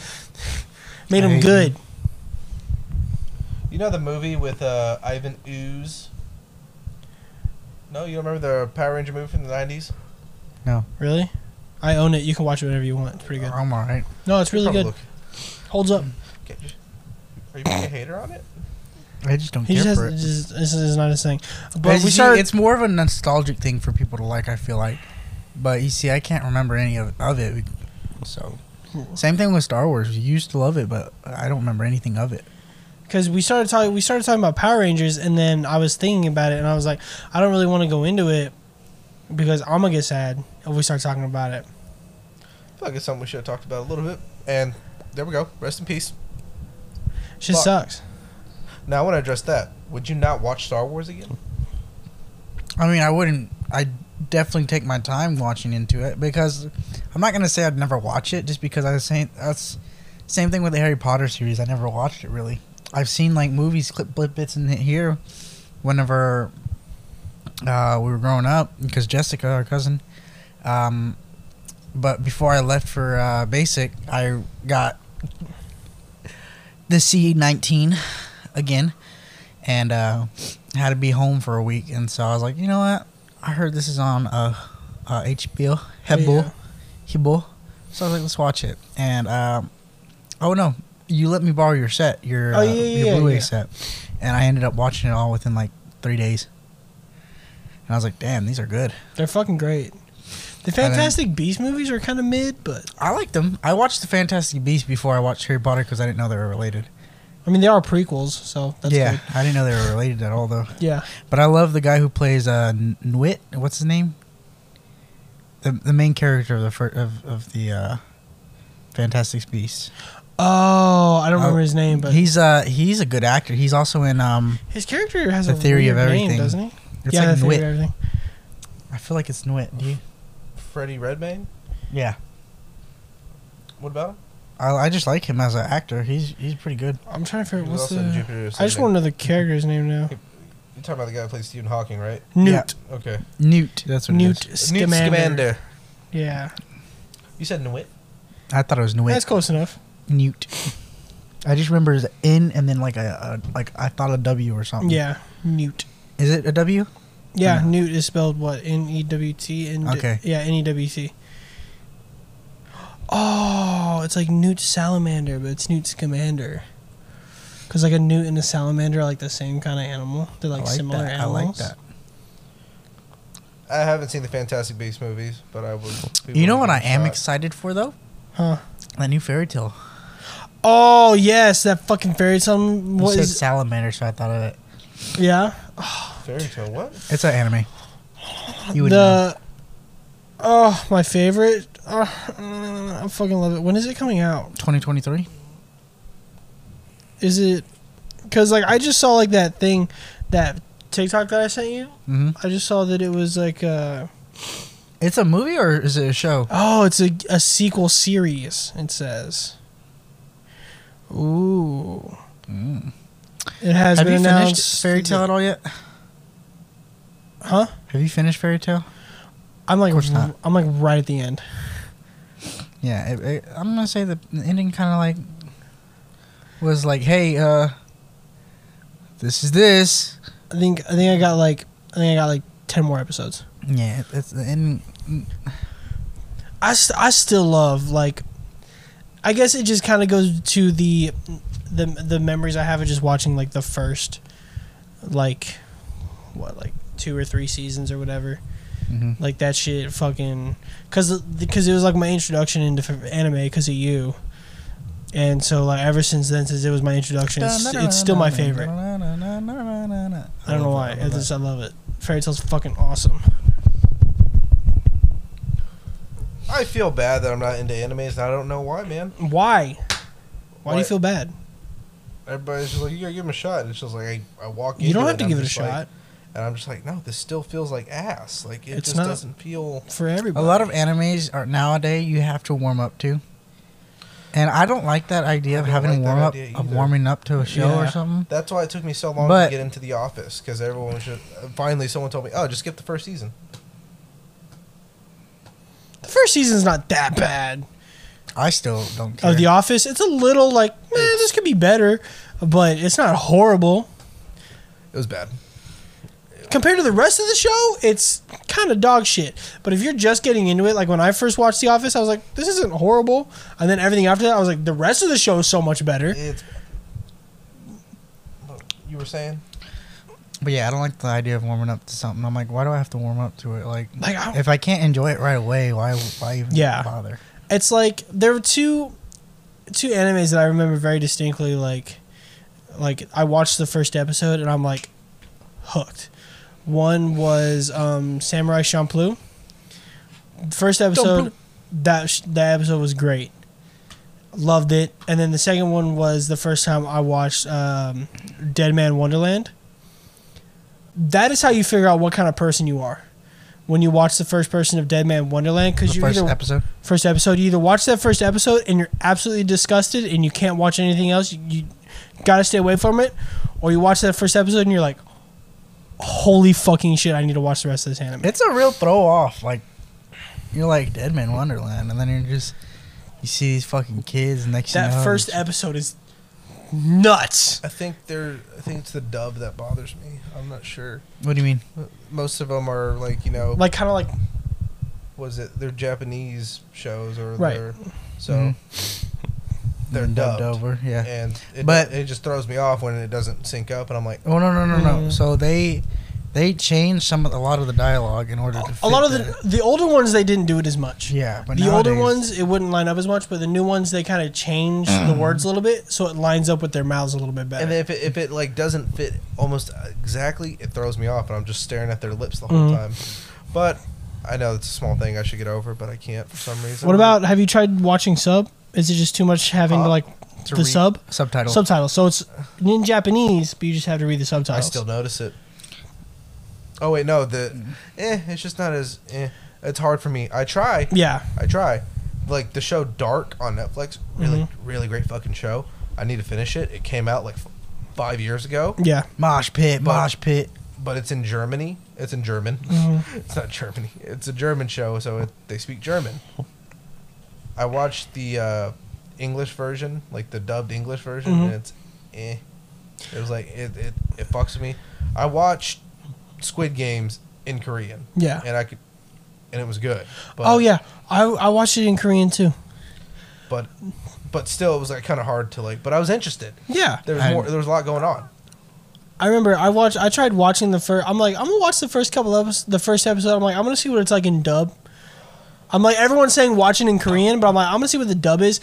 made him Hey. good. You know the movie with uh, Ivan Ooze? No, you don't remember the Power Ranger movie from the 90s? Really? I own it. You can watch it whenever you want. It's pretty good. I'm all right. No, it's really Probably good. Holds up. look- okay, just- Are you being a hater on it? I just don't He care just has for it. just, this is not his thing. But But we see, started. it's more of a nostalgic thing for people to like. I feel like, but you see, I can't remember any of, of it. So, same thing with Star Wars. You used to love it, but I don't remember anything of it. because we started talking we started talking about Power Rangers and then I was thinking about it and I was like I don't really want to go into it because I'm gonna get sad if we start talking about it. I feel like it's something we should have talked about a little bit. And there we go. Rest in peace. Shit Fuck. sucks. Now I want to address that. Would you not watch Star Wars again? I mean, I wouldn't. I definitely take my time watching into it because I'm not gonna say I'd never watch it just because I was saying that's same thing with the Harry Potter series. I never watched it really. I've seen like movies, clip blip bits in it here. Whenever uh, we were growing up, because Jessica, our cousin, um, but before I left for uh, basic, I got the C nineteen again, and. Uh, had to be home for a week, and so I was like, you know what? I heard this is on uh, uh HBO, Hebel, Hebel. So I was like, let's watch it. And um, oh no, you let me borrow your set, your Oh, uh, yeah, yeah, your yeah, Blu-ray yeah. set, and I ended up watching it all within like three days. And I was like, "Damn, these are good." They're fucking great. The then- Fantastic Beast movies are kind of mid, but I liked them. I watched the Fantastic Beasts before I watched Harry Potter because I didn't know they were related. I mean they are prequels, so that's yeah, good. I didn't know they were related at all though. Yeah, But I love the guy who plays uh, N- Nwit. What's his name? The the main character of the fir- of of the uh, Fantastic Beasts. Oh, I don't remember his name, but he's uh he's a good actor. He's also in um. his character has The a Theory of weird Everything. name, doesn't he? It's yeah, like the theory of Nwit. everything. I feel like it's Nwit. Do you? Freddie Redmayne? Yeah. What about him? I, I just like him as an actor. He's he's pretty good. I'm trying to He figure out was what's also in the. Jupiter I just Ascending. want to know the character's name now. You're talking about the guy that plays Stephen Hawking, right? Newt. Yeah. Okay. Newt. That's what Newt Newt. Newt Scamander. Scamander. Yeah, You said Nwit? I thought it was Nwit. that's close enough. Newt. I just remember his N and then like a, a like I thought a W or something. Yeah, Newt. Is it a W? Yeah, Hmm. Newt is spelled what? N E W T. and- Okay. Yeah, N E W T. Oh, it's like Newt Salamander, but it's Newt Scamander. Because like a newt and a salamander are like the same kind of animal. They're like, I like similar that. animals. I like that. I haven't seen the Fantastic Beasts movies, but I would. be You know willing what I to give it a am shot. excited for though? Huh. That new fairy tale. Oh yes, that fucking fairy tale. You What said is? salamander, so I thought of it. Yeah. Fairy tale, what? It's an anime. You would know. the. Oh, my favorite. Uh, I fucking love it. When is it coming out? 2023. Is it? Because like I just saw like that thing, that TikTok that I sent you. hmm I just saw that it was like uh It's a movie or is it a show? oh, it's a, a sequel series. It says. Ooh, Mm. it has Have you been finished announced. fairy tale at all yet? Huh? Have you finished fairy tale? I'm like course not. I'm like right at the end. Yeah, it, it- I'm gonna say the the ending kind of like was like, hey, uh, this is this. I think I think I got like I think I got like ten more episodes. Yeah, that's the end. I, st- I still love like I guess it just kind of goes to the the the memories I have of just watching like the first like what like two or three seasons or whatever hmm like that shit fucking because because it was like my introduction into f- anime because of you and so like ever since then since it was my introduction it's, it's still my favorite I don't know why I just I love it fairy tales fucking awesome I feel bad that I'm not into animes, and I don't know why, man. why why do you Why- feel bad Everybody's just like, you gotta give them a shot. And it's just like, I, I walk you don't into have to and give I'm it a just like- shot and I'm just like, no, this still feels like ass. Like, it It's just not. doesn't feel. for everybody A lot of animes are nowadays you have to warm up to, and I don't like that idea of I don't having like that warm up idea of either. warming up to a show or Yeah. something. That's why it took me so long But- to get into the office because everyone should. Finally, someone told me, "Oh, just skip the first season." The first season's not that bad I still don't care. of The Office. It's a little like, man, this could be better, but it's not horrible It was bad. compared to the rest of the show. It's kind of dog shit. But if you're just getting into it, like when I first watched The Office, I was like, this isn't horrible, and then everything after that, I was like, the rest of the show is so much better. It's. Look, You were saying but yeah, I don't like the idea of warming up to something. I'm like, why do I have to warm up to it? Like, Like, I don't- if I can't enjoy it right away, why why even Yeah. bother? it's like there were two two animes that I remember very distinctly like like I watched the first episode and I'm like hooked. One was um, Samurai Champloo. First episode that sh- that episode was great. Loved it. And then the second one was the first time I watched um, Dead Man Wonderland. That is how you figure out what kind of person you are. When you watch the first person of Dead Man Wonderland, The because you first either episode. first episode. You either watch that first episode and you're absolutely disgusted and you can't watch anything else. You, you gotta stay away from it, or you watch that first episode and you're like, "Holy fucking shit! I need to watch the rest of this anime." It's a real throw off. Like you're like Dead Man Wonderland, and then you're just you see these fucking kids, and next that you know, first episode is nuts. I think they're. I think it's the dub that bothers me. I'm not sure. What do you mean? Most of them are like you know, Like kind of like was it they're Japanese shows or Right. Mm-hmm. they're so Mhm. they're and dubbed, over. Yeah. and it, But- it just throws me off when it doesn't sync up, and I'm like, Oh no no no no. Mm. So they they changed some of the, a lot of the dialogue in order to. A lot of fit the the older ones they didn't do it as much. Yeah, but the older nowadays- Mm. ones it wouldn't line up as much, but the new ones they kind of change the words a little bit so it lines up with their mouths a little bit better. and then if it, if it like doesn't fit almost exactly, it throws me off, and I'm just staring at their lips the whole Mhm. time. But I know it's a small thing I should get over, but I can't for some reason. what about have you tried watching sub? Is it just too much having Huh? like to the read sub subtitles. subtitles? So it's in Japanese, but you just have to read the I subtitles. still notice it. Oh wait, no, the eh, it's just not as eh. It's hard for me. I try, yeah. I try. Like the show Dark on Netflix, really, Mm-hmm. really great fucking show. I need to finish it. It came out like f- five years ago, Yeah. mosh pit, But- mosh pit. but it's in Germany. It's in German. Mm-hmm. it's not Germany. It's a German show, so it, they speak German. I watched the uh, English version, like the dubbed English version, Mhm. and it's eh. It was like it, it it fucks with me. I watched Squid Games in Korean, Yeah. and I could, and it was good. But, Oh yeah. I I watched it in Korean too. but but still, it was like kind of hard to like. But I was interested. Yeah. There was I- more. There was a lot going on. I remember I watched. I tried watching the first. I'm like, I'm gonna watch the first couple episodes. The first episode. I'm like, I'm gonna see what it's like in dub. I'm like, everyone's saying watching in Korean, but I'm like, I'm gonna see what the dub is.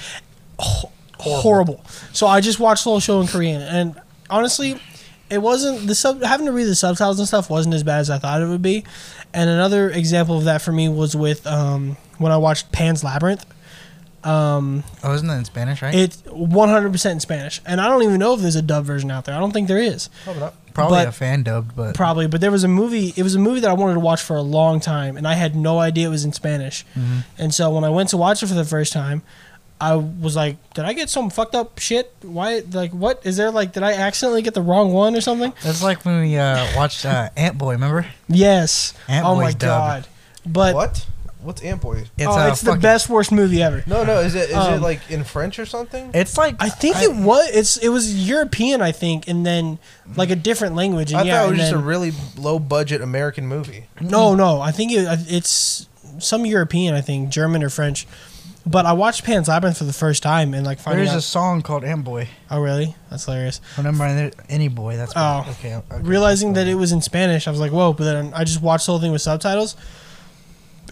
Ho- horrible. So I just watched the whole show in Korean, and honestly, it wasn't the sub. Having to read the subtitles and stuff wasn't as bad as I thought it would be. And another example of that for me was with um, when I watched Pan's Labyrinth. Um, Oh, isn't that in Spanish, right? It's 100% in Spanish, and I don't even know if there's a dub version out there. I don't think there is. Probably not. Probably but- a fan dubbed, but probably but there was a movie it was a movie that i wanted to watch for a long time and i had no idea it was in spanish Mm-hmm. and so when i went to watch it for the first time i was like did i get some fucked up shit why like what is there like did i accidentally get the wrong one or something that's like when we uh, watched uh, Ant Boy. Oh, Remember? yes Ant oh my Boy's god dubbed. but What? What's Amp Boy? it's, uh, oh, it's the fucking- best worst movie ever No, no. Is it is it Um, like in French or something? It's like I think it was it's it was European, I think, and then like a different language. And I yeah, thought it and was just a then- really low budget American movie. No, no. I think it, it's some European. I think German or French. But I watched Pan's Labyrinth for the first time and like finding There's out. a song called Ant Boy. oh, really? That's hilarious. Oh, never mind. There, any boy. That's Oh. okay. okay. Realizing that it was in Spanish, I was like, whoa. But then I just watched the whole thing with subtitles,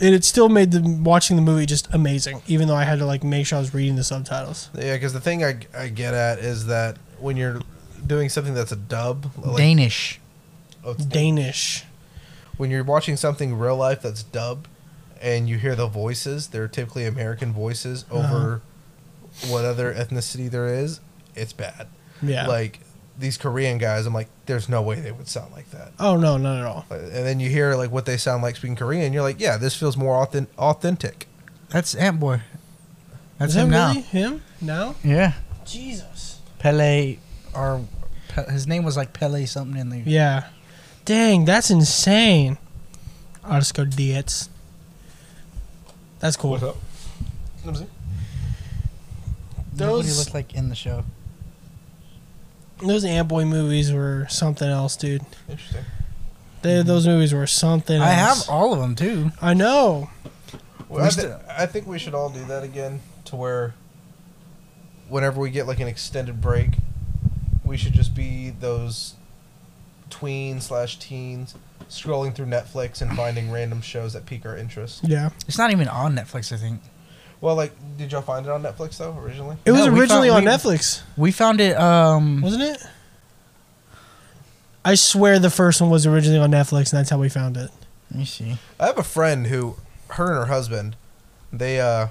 and it still made the watching the movie just amazing. Even though I had to like make sure I was reading the subtitles. Yeah, because the thing I, I get at is that when you're doing something that's a dub, like Danish. oh, Danish. when you're watching something real life that's dubbed, and you hear the voices, they're typically American voices Uh-huh. over what other ethnicity there is. It's bad. Yeah. Like these Korean guys, I'm like, there's no way they would sound like that. oh no, not at all. Like, And then you hear like what they sound like speaking Korean, you're like, yeah, this feels more authen- authentic. That's Ant Boy. That's Is that him now. really him now? Yeah. Jesus. Pele or Pe- his name was like Pele something in there. Yeah. Dang, that's insane. Oscar Dietz. That's cool. up? That's what he Those- looked like in the show. Those Ant Boy movies were something else, dude. Interesting. They, Those movies were something Mm-hmm. I have else. all of them too. I know. Well, I, We thi- still- I think we should all do that again to where whenever we get like an extended break, we should just be those tween slash teens scrolling through Netflix and finding random shows that pique our interest. Yeah. It's not even on Netflix, I think. Well, like, did y'all find it on Netflix though originally? It was No, we originally found- on we- Netflix, We found it. Um, wasn't it? I swear the first one was originally on Netflix, and that's how we found it. let me see. I have a friend who, her and her husband, they uh,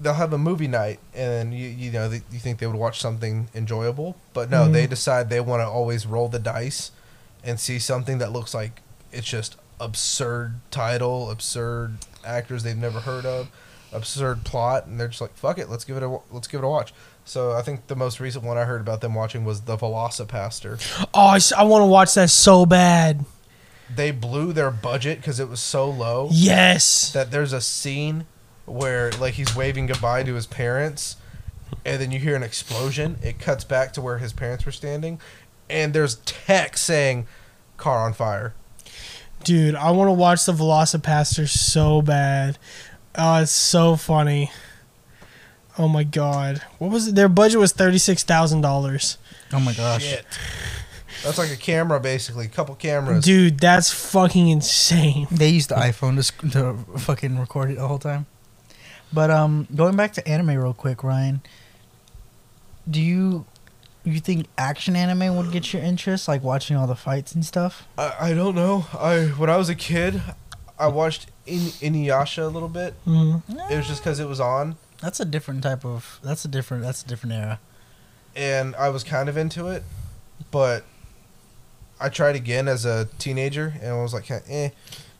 they'll have a movie night, and you you know they, you think they would watch something enjoyable, but no, Mhm. they decide they want to always roll the dice, and see something that looks like it's just absurd title, absurd actors they've never heard of, absurd plot, and they're just like fuck it, let's give it a wa- let's give it a watch. So I think the most recent one I heard about them watching was the Velocipaster. Oh, I, want to watch that so bad. They blew their budget because it was so low. Yes. that there's a scene where like he's waving goodbye to his parents and then you hear an explosion it cuts back to where his parents were standing and there's text saying car on fire Dude, I want to watch the Velocipaster so bad. Oh, it's so funny. Oh my god, what was it? Their budget was thirty six thousand dollars. Oh my gosh. Shit. That's like a camera, basically. A couple cameras. Dude, that's fucking insane. They used the iPhone to, sc- to fucking record it the whole time. But um, going back to anime real quick, Ryan. Do you you think action anime would get your interest, like watching all the fights and stuff? I, I don't know. I when I was a kid, I watched in Inuyasha a little bit. hmm It was just because it was on, That's a different type of. That's a different. That's a different era. and I was kind of into it, but I tried again as a teenager, and I was like, eh.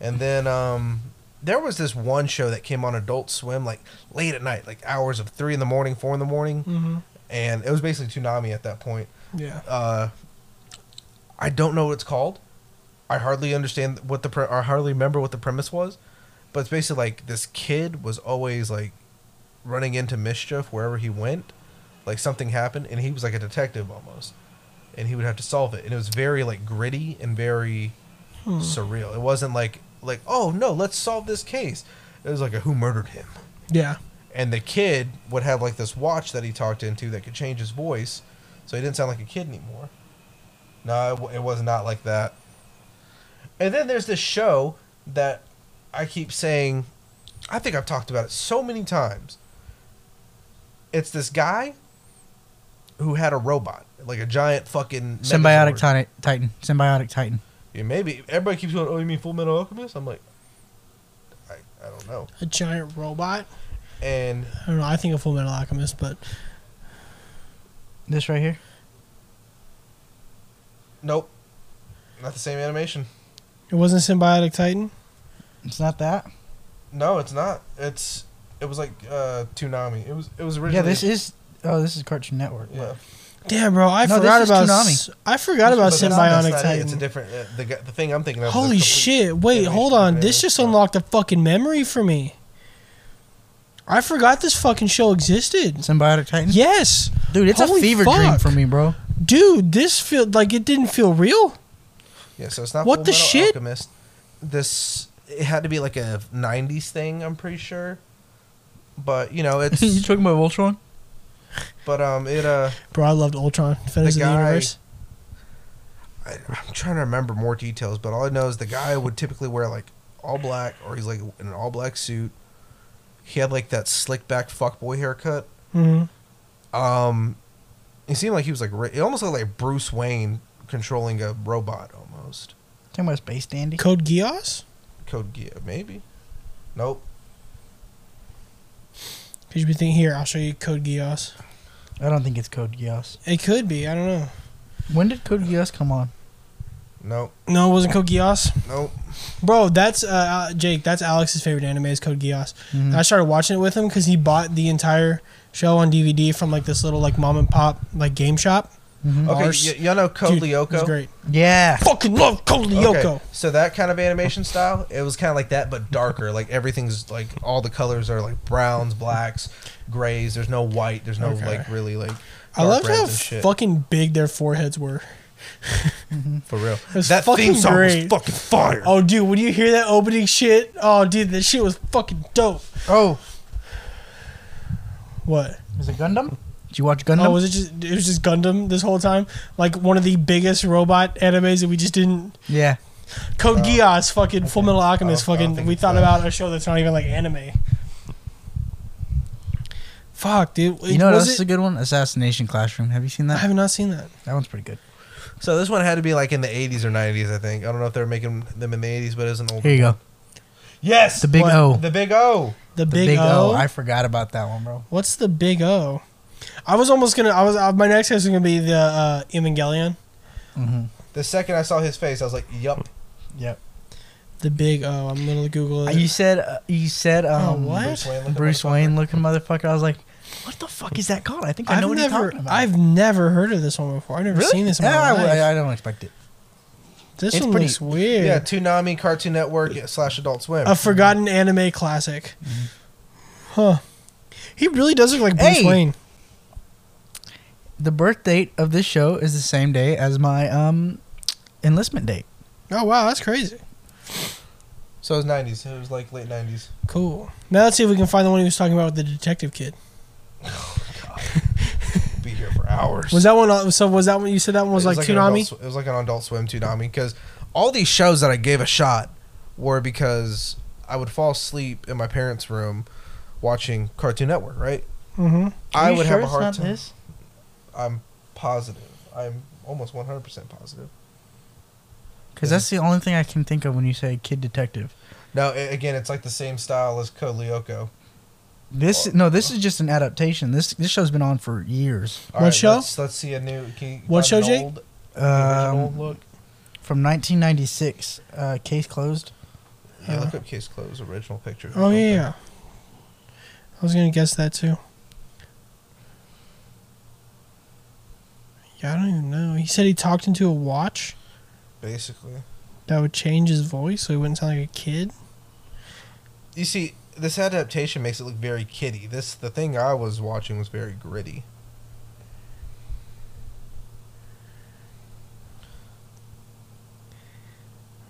And then um, there was this one show that came on Adult Swim, like late at night, like hours of three in the morning, four in the morning, hmm and it was basically Toonami at that point. Yeah. uh, I don't know what it's called. I hardly understand what the pre- I hardly remember what the premise was, but it's basically like this kid was always like running into mischief wherever he went. Like something happened, and he was like a detective almost, and he would have to solve it. And it was very like gritty and very surreal. It wasn't like like oh no, let's solve this case. It was like a who murdered him Yeah. and the kid would have like this watch that he talked into that could change his voice, so he didn't sound like a kid anymore. No, it, w- it was not like that. And then there's this show that I keep saying, I think I've talked about it so many times. It's this guy who had a robot, like a giant fucking Symbiotic Megazord. titan, titan. Symbiotic titan. Yeah, maybe everybody keeps going. Oh, you mean Full Metal Alchemist? I'm like, I, I don't know. A giant robot. And I don't know. I think of Full Metal Alchemist, but This right here. nope, not the same animation. it wasn't Symbiotic Titan. It's not that. No, it's not. It's it was like uh Toonami. It was it was originally Yeah, this is. Oh, this is Cartoon Network. yeah. Damn, bro, I No, this forgot is about. Toonami. s- I forgot about But that's not- that's Symbiotic not it. It's a Titan. different uh, the g- the thing I'm thinking of. is a Holy complete- shit! Wait, animation hold on. company. This just unlocked a fucking memory for me. I forgot this fucking show existed. Symbiotic titan. Yes, Dude, it's Holy a fever fuck. dream for me, bro. dude, this feel like it didn't feel real. Yeah, so it's not What Full the Metal shit? Alchemist. This it had to be like a '90s thing. I'm pretty sure. But you know it's talking about Voltron? but um it uh Bro, I loved Ultron, Defenders of the guy- Universe. I, I'm trying to remember more details, but all I know is the guy would typically wear like all black or he's like in an all black suit. He had like that slick back fuckboy haircut. hmm Um, it seemed like he was like ra- it almost looked like Bruce Wayne controlling a robot almost. Talking about Space Dandy. Code Geass? Code Geass, maybe. Nope. Could you be thinking here? I'll show you Code Geass. I don't think it's Code Geass. It could be. I don't know. When did Code Geass come on? Nope. No, it wasn't Code Geass, Nope. bro. That's uh, uh, Jake. That's Alex's favorite anime is Code Geass. Mm-hmm. Mm-hmm. And I started watching it with him because he bought the entire show on DVD from like this little like mom and pop like game shop. Mhm. Okay, Mars. y- y'all know Code Dude, it was Lyoko. great. Yeah. Fucking love Code Lyoko. Okay, so that kind of animation style, it was kind of like that, but darker. Like everything's like all the colors are like browns, blacks, grays. There's no white. There's no Okay. like really like. I dark loved reds how and shit. fucking big their foreheads were. for real. was That fucking theme song great. was fucking fire. Oh, dude, when you hear that opening shit, oh, dude, that shit was fucking dope. Oh, What? is it Gundam? Did you watch Gundam? Oh, was it just it was just Gundam this whole time? Like one of the biggest robot animes that we just didn't yeah. Code Geass, fucking Full Metal Alchemist, I don't- I don't fucking think we it's thought that. about a show that's not even like anime. Fuck, dude. You know what was else is a it? good one? Assassination Classroom. Have you seen I that? have not seen that. That one's pretty good. So this one had to be like in the 80s or 90s, I think. I don't know if they're making them in the 80s, but it's an old. Here you go. Yes, The Big What? O. The Big O. The, The Big, O. I forgot about that one, bro. What's the Big O? I was almost gonna. I was. Uh, my next guess was gonna be the uh, Evangelion. Mm-hmm. The second I saw his face, I was like, "Yup." Yep. The Big O. I'm gonna Google it. You said uh, you said Oh, um, what? Bruce Wayne. Bruce Wayne looking motherfucker. I was like, what the fuck is that called? I think I know I've what he's never. talking about. I've never heard of this one before. I've never really seen this. In my yeah, I, life. I, I don't expect it. this it's one pretty- looks weird. Yeah, Toonami, Cartoon Network slash Adult Swim. A forgotten anime classic. Huh. He really does look like Bruce Mm-hmm. Hey! Wayne. The birth date of this show is the same day as my um enlistment date. Oh wow, that's crazy. so it was 90s. It was like late 90s. Cool. Now let's see if we can find the one he was talking about with the detective kid. Be here for hours. Was that one? uh, So was that one you said that one was, like, an tsunami? adult sw- it was like an adult swim tsunami because all these shows that I gave a shot were because I would fall asleep in my parents' room watching Cartoon Network. Right? Mm-hmm. I you would sure have a it's hard not time. This? I'm positive. I'm almost 100 percent positive. Because that's the only thing I can think of when you say Kid Detective. No, a- again, it's like the same style as Code Lyoko. This no, this is just an adaptation. This this show's been on for years, All What show? Let's, let's see a new. Can you What find show, an Jake? Old, Um, original look. from 1996. Uh, case closed. Yeah, uh, look up Case Close original picture. Oh yeah, yeah. I was gonna guess that too. Yeah, I don't even know. He said he talked into a watch Basically, that would change his voice so he wouldn't sound like a kid. you see, this adaptation makes it look very kiddie. This the thing I was watching was very gritty.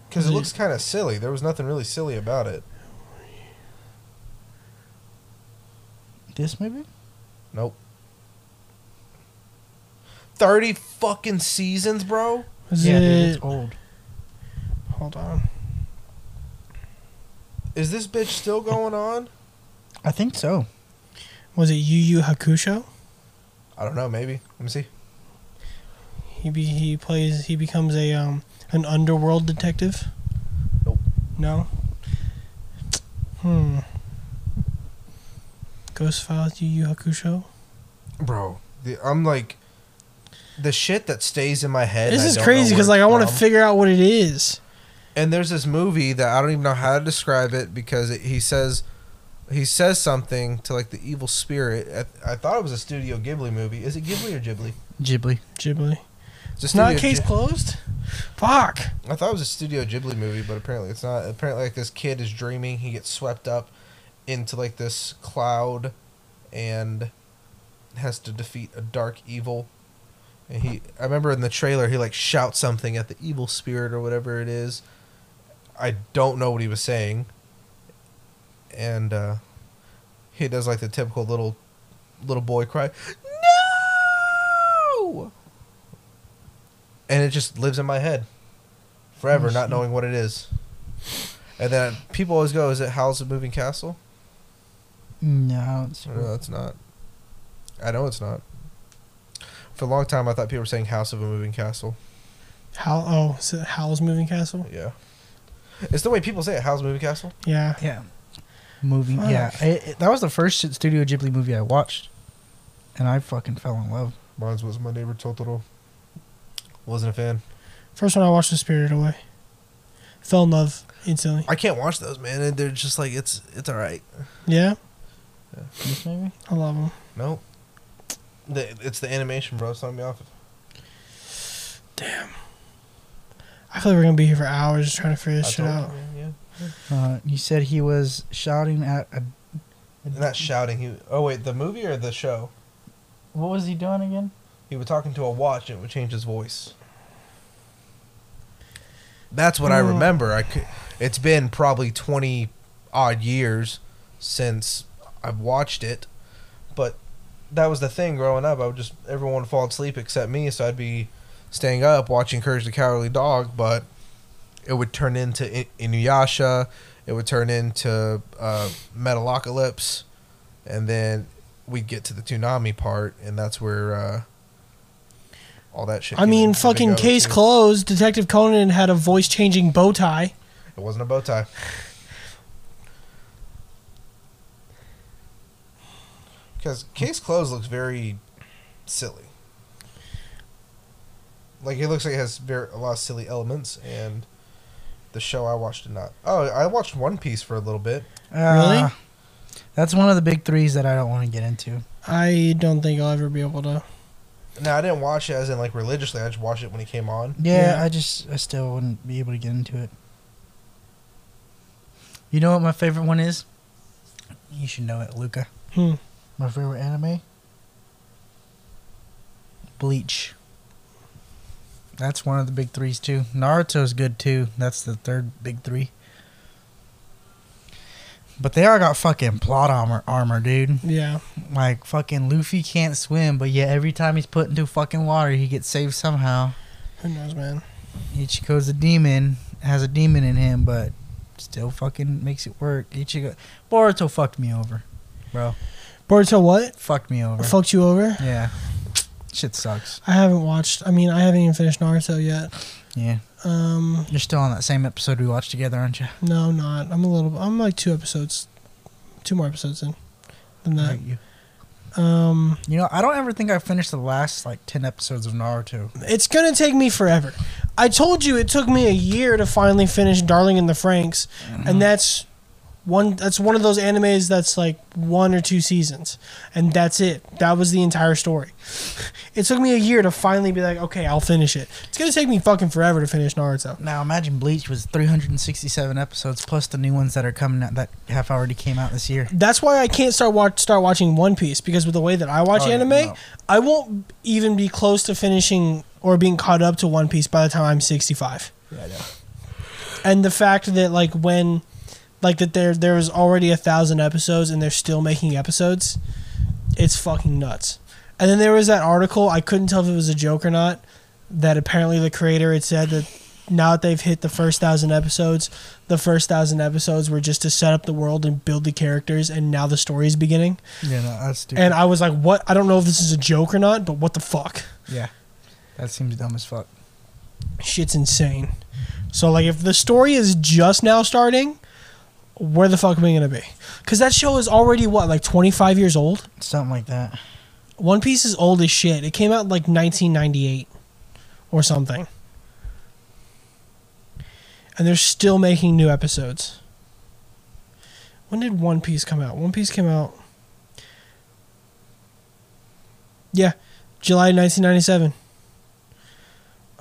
Because it Yeah. looks kind of silly. There was nothing really silly about it. This maybe? Thirty fucking seasons, bro. Was yeah, it? dude, it's old. hold on. Is this bitch still going on? I think so. Was it Yu Yu Hakusho? I don't know. Maybe. Let me see. He be, he plays he becomes a um an underworld detective. Nope. No. Hmm. Ghost Files Yu Yu Hakusho. bro. The, I'm like, the shit that stays in my head. This I is don't crazy know because where like I it's want to from. figure out what it is. And there's this movie that I don't even know how to describe it because it, he says, he says something to like the evil spirit. I, I thought it was a Studio Ghibli movie. Is it Ghibli or Ghibli? Ghibli. Ghibli. It's, a It's not Studio case Ghi- closed. Fuck. I thought it was a Studio Ghibli movie, but apparently it's not. Apparently, like this kid is dreaming. He gets swept up into like this cloud, and has to defeat a dark evil. And he, I remember in the trailer, he like shouts something at the evil spirit or whatever it is. I don't know what he was saying. And uh, he does like the typical little little boy cry, no. And it just lives in my head forever, not knowing what it is. And then people always go, "Is it Howl's the Moving Castle?" No, it's No, it's not. I know it's not. For a long time, I thought people were saying House of a Moving Castle. How? Oh, is it Howl's Moving Castle. Yeah. It's the way people say it, Howl's Moving Castle. Yeah. yeah. Movie. Fuck. Yeah, It- it- that was the first Studio Ghibli movie I watched, and I fucking fell in love. Mine was My Neighbor Totoro. Wasn't a fan. First one I watched was Spirited Away. Fell in love instantly. I can't watch those, man. and They're just like it's it's all right. Yeah, This maybe? I love them. No. The, it's the animation, bro. Sign me off. I feel like we're gonna be here for hours just trying to figure this I shit told you, out. man, yeah. Uh, you said he was shouting at a. Not shouting. He. Oh wait, the movie or the show? What was he doing again? He was talking to a watch and it would change his voice. That's what I Mm. remember. I could, it's been probably 20 odd years since I've watched it, but that was the thing growing up. I would just everyone would fall asleep except me, so I'd be staying up watching Courage the Cowardly Dog, but it would turn into I- Inuyasha, it would turn into uh, Metalocalypse, and then we'd get to the Toonami part, and that's where uh, all that shit. I came mean, into the fucking big O, case too. closed. Detective Conan had a voice changing bow tie. It wasn't a bow tie. Because case closed looks very silly. Like it looks like it has very a lot of silly elements, and the show I watched did not. Oh, I watched One Piece for a little bit. Really? Uh, That's one of the big threes that I don't want to get into. I don't think I'll ever be able to. Now I didn't watch it as in like religiously. I just watched it when it came on. Yeah, Yeah. I just I still wouldn't be able to get into it. You know what my favorite one is? You should know it, Luca. Hmm. My favorite anime? Bleach. That's one of the big threes too. Naruto's good too. That's the third big three. But they all got fucking plot armor, armor, dude. Yeah. Like fucking Luffy can't swim, but yet every time he's put into fucking water, he gets saved somehow. Who knows, man? Ichigo's a demon, has a demon in him, but still fucking makes it work. Ichigo, Boruto fucked me over, bro. Boruto, what? Fucked me over. Fucked you over? yeah, shit sucks. I haven't watched. I mean, I haven't even finished Naruto yet. Yeah, Um, you're still on that same episode we watched together, aren't you? no, I'm not. I'm a little. I'm like two episodes, two more episodes in than that. you. Um, You know, I don't ever think I finished the last like ten episodes of Naruto. it's gonna take me forever. I told you it took me a year to finally finish Darling in the Franks, and that's one. That's one of those animes that's like one or two seasons, and that's it. That was the entire story. It took me a year to finally be like, okay, I'll finish it. It's gonna take me fucking forever to finish Naruto. Now imagine Bleach was 367 episodes plus the new ones that are coming out that have already came out this year. That's why I can't start watch start watching One Piece because with the way that I watch Oh, yeah, anime, no. I won't even be close to finishing or being caught up to One Piece by the time I'm 65. Yeah, I know. And the fact that like when like that there there was already a thousand episodes and they're still making episodes, it's fucking nuts. And then there was that article I couldn't tell if it was a joke or not that apparently the creator had said that now that they've hit the first thousand episodes, the first thousand episodes were just to set up the world and build the characters, and now the story is beginning. Yeah, no, that's stupid. And I was like, "What? I don't know if this is a joke or not, but what the fuck? yeah, that seems dumb as fuck. Shit's insane." So like, if the story is just now starting, where the fuck am I gonna be? Because that show is already what like twenty five years old. Something like that. One Piece is old as shit. It came out in, like nineteen ninety eight or something, and they're still making new episodes. When did One Piece come out? One Piece came out. Yeah, July 1997.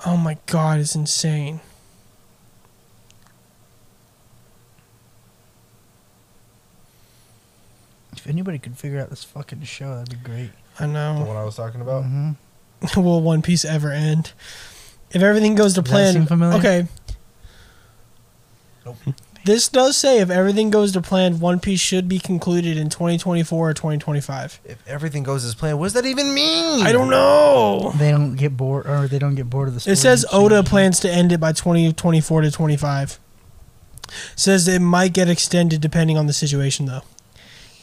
Oh my god, it's insane. If anybody could figure out this fucking show, that'd be great. I The know. one I was talking about. Mm-hmm. Will One Piece ever end? If everything goes to Does that plan, seem familiar? okay. Nope. This does say if everything goes to plan, One Piece should be concluded in 2024 or 2025. If everything goes as planned, what does that even mean? I don't know. They don't get bored, or they don't get bored of the. Story It says and Oda change. plans to end it by 2024 to 25. Says it might get extended depending on the situation though,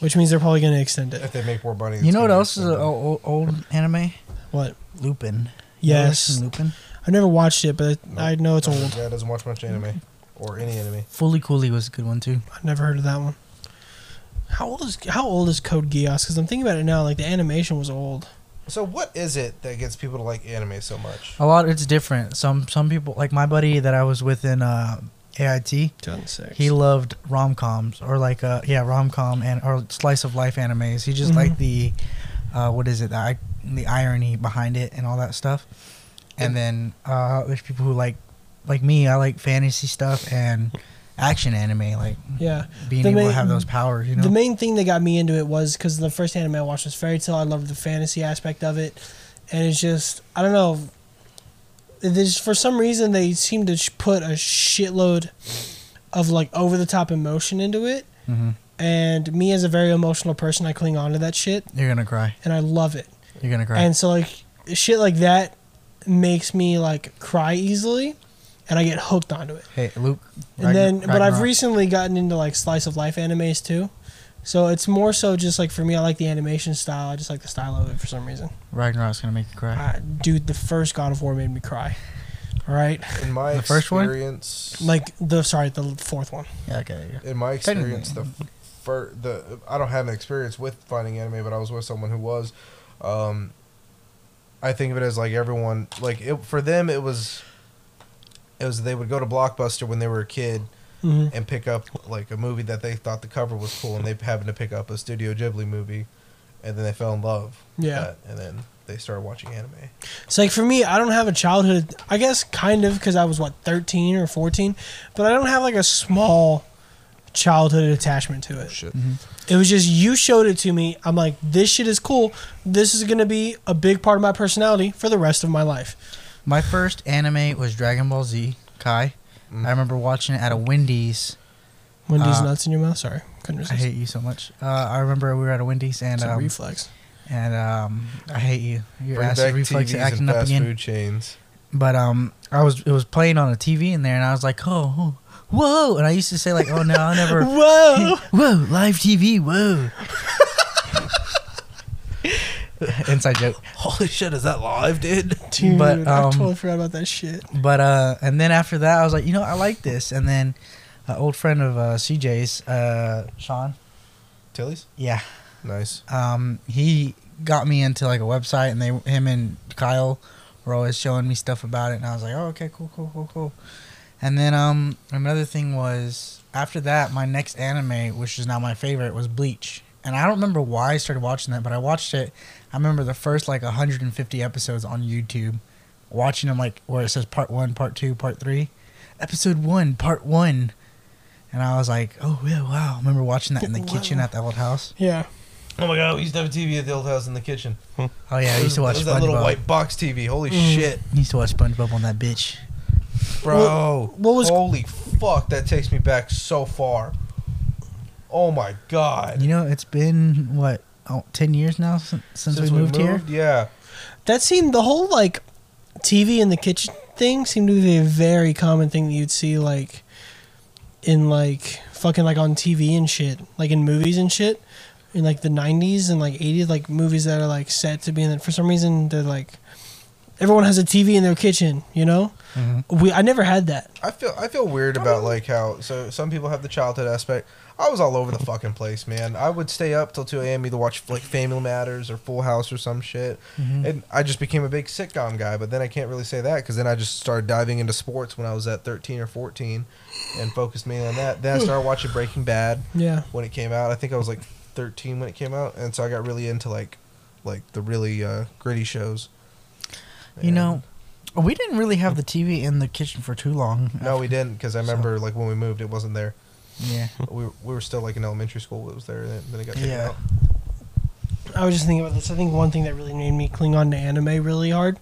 which means they're probably going to extend it. If they make more money. You it's know what gonna be else is uh, oh, an extended. old, old anime? What? Lupin. You ever seen Yes, Lupin. I've never watched it, but Nope. I know it's old. Yeah, doesn't watch much anime Mm-hmm. or any anime. Fully Cooley was a good one too. I've never heard of that one. How old is How old is Code Geass? Because I'm thinking about it now. Like the animation was old. So what is it that gets people to like anime so much? A lot. It's different. Some some people, like my buddy that I was with in uh, AIT, 2006. he loved rom coms or like uh yeah rom com and or slice of life animes. He just Mhm. liked the Mm-hmm. uh, what is it the, i- the irony behind it and all that stuff. And then uh, there's people who like like me. I like fantasy stuff and action anime, like yeah. being The able main- to have those powers. You know, The main thing that got me into it was because the first anime I watched was Fairy Tale. I loved the fantasy aspect of it, and it's just I don't know. There's for some reason they seem to sh- put a shitload of like over the top emotion into it, Mhm. and me as a very emotional person, I cling on to that shit, you're gonna cry. and I love it. You're gonna cry. And so like shit like that makes me like cry easily, and I get hooked onto it. hey, Luke. And then, but I've recently gotten into like slice of life animes too. So it's more so just like for me, I like the animation style. I just like the style of it for some reason. Ragnarok's gonna make you cry. Ah, dude, the first God of War made me cry. All right, In my Oh, The first one? experience, like the sorry, the fourth one. Yeah, okay. Yeah. in my Technically. experience, the fir- the I don't have an experience with finding anime, but I was with someone who was. Um, I think of it as like everyone, like it, for them, it was. It was they would go to Blockbuster when they were a kid Mm-hmm. and pick up like a movie that they thought the cover was cool, and they happened to pick up a Studio Ghibli movie, and then they fell in love. Mm-hmm. with Yeah. that, and then they started watching anime. So like for me, I don't have a childhood. I guess kind of because I was what thirteen or fourteen, but I don't have like a small childhood attachment to it. Shit. Mm-hmm. It was just you showed it to me. I'm like, this shit is cool. This is gonna be a big part of my personality for the rest of my life. My first anime was Dragon Ball Z Kai. Mm. Mm-hmm. I remember watching it at a Wendy's Wendy's Uh, nuts in your mouth. Sorry, couldn't I resist. hate you so much. Uh, I remember we were at a Wendy's and it's a um, reflex. and um, I hate you. Your Bring ass back reflex TVs is acting and up fast again. food chains. But um, I was it was playing on a TV in there, and I was like, oh, oh, whoa! And I used to say like, oh no, I'll never. Whoa! whoa, live TV, whoa. Inside joke. Holy shit, is that live, dude? Dude, But, I um, totally forgot about that shit. But uh, and then after that, I was like, you know, I like this. And then, an old friend of uh, CJ's, uh, Sean. Tilly's? Yeah. Nice. um, he got me into like a website, and they him and Kyle were always showing me stuff about it, and I was like, oh, okay, cool, cool, cool, cool. And then um, another thing was after that, my next anime, which is now my favorite, was Bleach, and I don't remember why I started watching that, but I watched it. I remember the first like 150 episodes on YouTube, watching them like where it says part one, part two, part three, episode one, part one. And I was like, oh, yeah, wow. I remember watching that in the kitchen at the old house. Yeah. Oh my god, we used to have a TV at the old house in the kitchen. Oh, yeah. I used to It was- watch it was that little SpongeBob. Mm. white box TV. Holy shit, He used to watch SpongeBob on that bitch. bro! what was- Holy fuck, that takes me back so far. Oh my god. You know, it's been what oh, ten years now since, since, we, moved, here. yeah. That seemed the whole like TV in the kitchen thing seemed to be a very common thing that you'd see like in like fucking like on TV and shit, like in movies and shit, in like the '90s and like '80s, like movies that are like set to be in. it. For some reason, they're like everyone has a TV in their kitchen. You know, we I never had that. I feel I feel weird about like how so some people have the childhood aspect. I was all over the fucking place, man. I would stay up till two a.m. either watch like Family Matters or Full House or some shit, Mm-hmm. and I just became a big sitcom guy. But then I can't really say that because then I just started diving into sports when I was at thirteen or fourteen, and focused mainly on that. Then I started watching Breaking Bad Yeah. when it came out. I think I was like thirteen when it came out, and so I got really into like like the really uh, gritty shows. You And- know, we didn't really have the TV in the kitchen for too long. no, we didn't because I remember like when we moved, it wasn't there. Yeah. we were, we were still like in elementary school. It was there, and then it got taken Yeah. out. I was just thinking about this. I think one thing that really made me cling on to anime really hard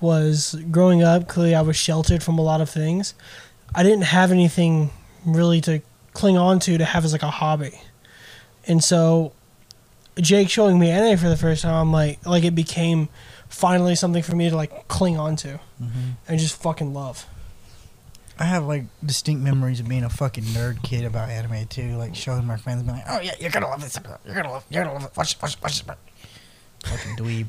was growing up. Clearly, I was sheltered from a lot of things. I didn't have anything really to cling on to to have as like a hobby, and so Jake showing me anime for the first time, I'm like, like it became finally something for me to like cling on to and just fucking love. I have like distinct memories of being a fucking nerd kid about anime too, like showing my friends, being like, "Oh yeah, you're gonna love this. episode. You're gonna love. You're gonna love it. Watch it. Watch it. Watch it." Fucking dweeb.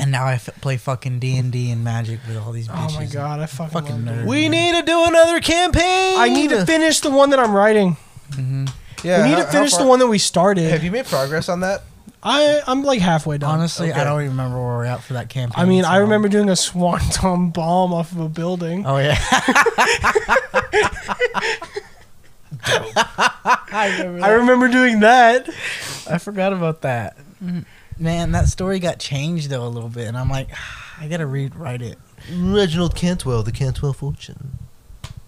And now I f- play fucking D and D and Magic with all these bitches. Oh my god, I fucking, Fucking loved it. nerd. We need to do another campaign. I need to finish the one that I'm writing. Mm-hmm. Yeah, we need how- to how finish far- the one that we started. Have you made progress on that? I I'm like halfway done. Honestly, Okay. I don't even remember where we're at for that campaign. I mean, I so- remember doing a swanton bomb off of a building. Oh yeah. I remember, doing that. I forgot about that. Man, that story got changed though a little bit, and I'm like, I gotta rewrite it. Reginald Cantwell, the Cantwell Fortune.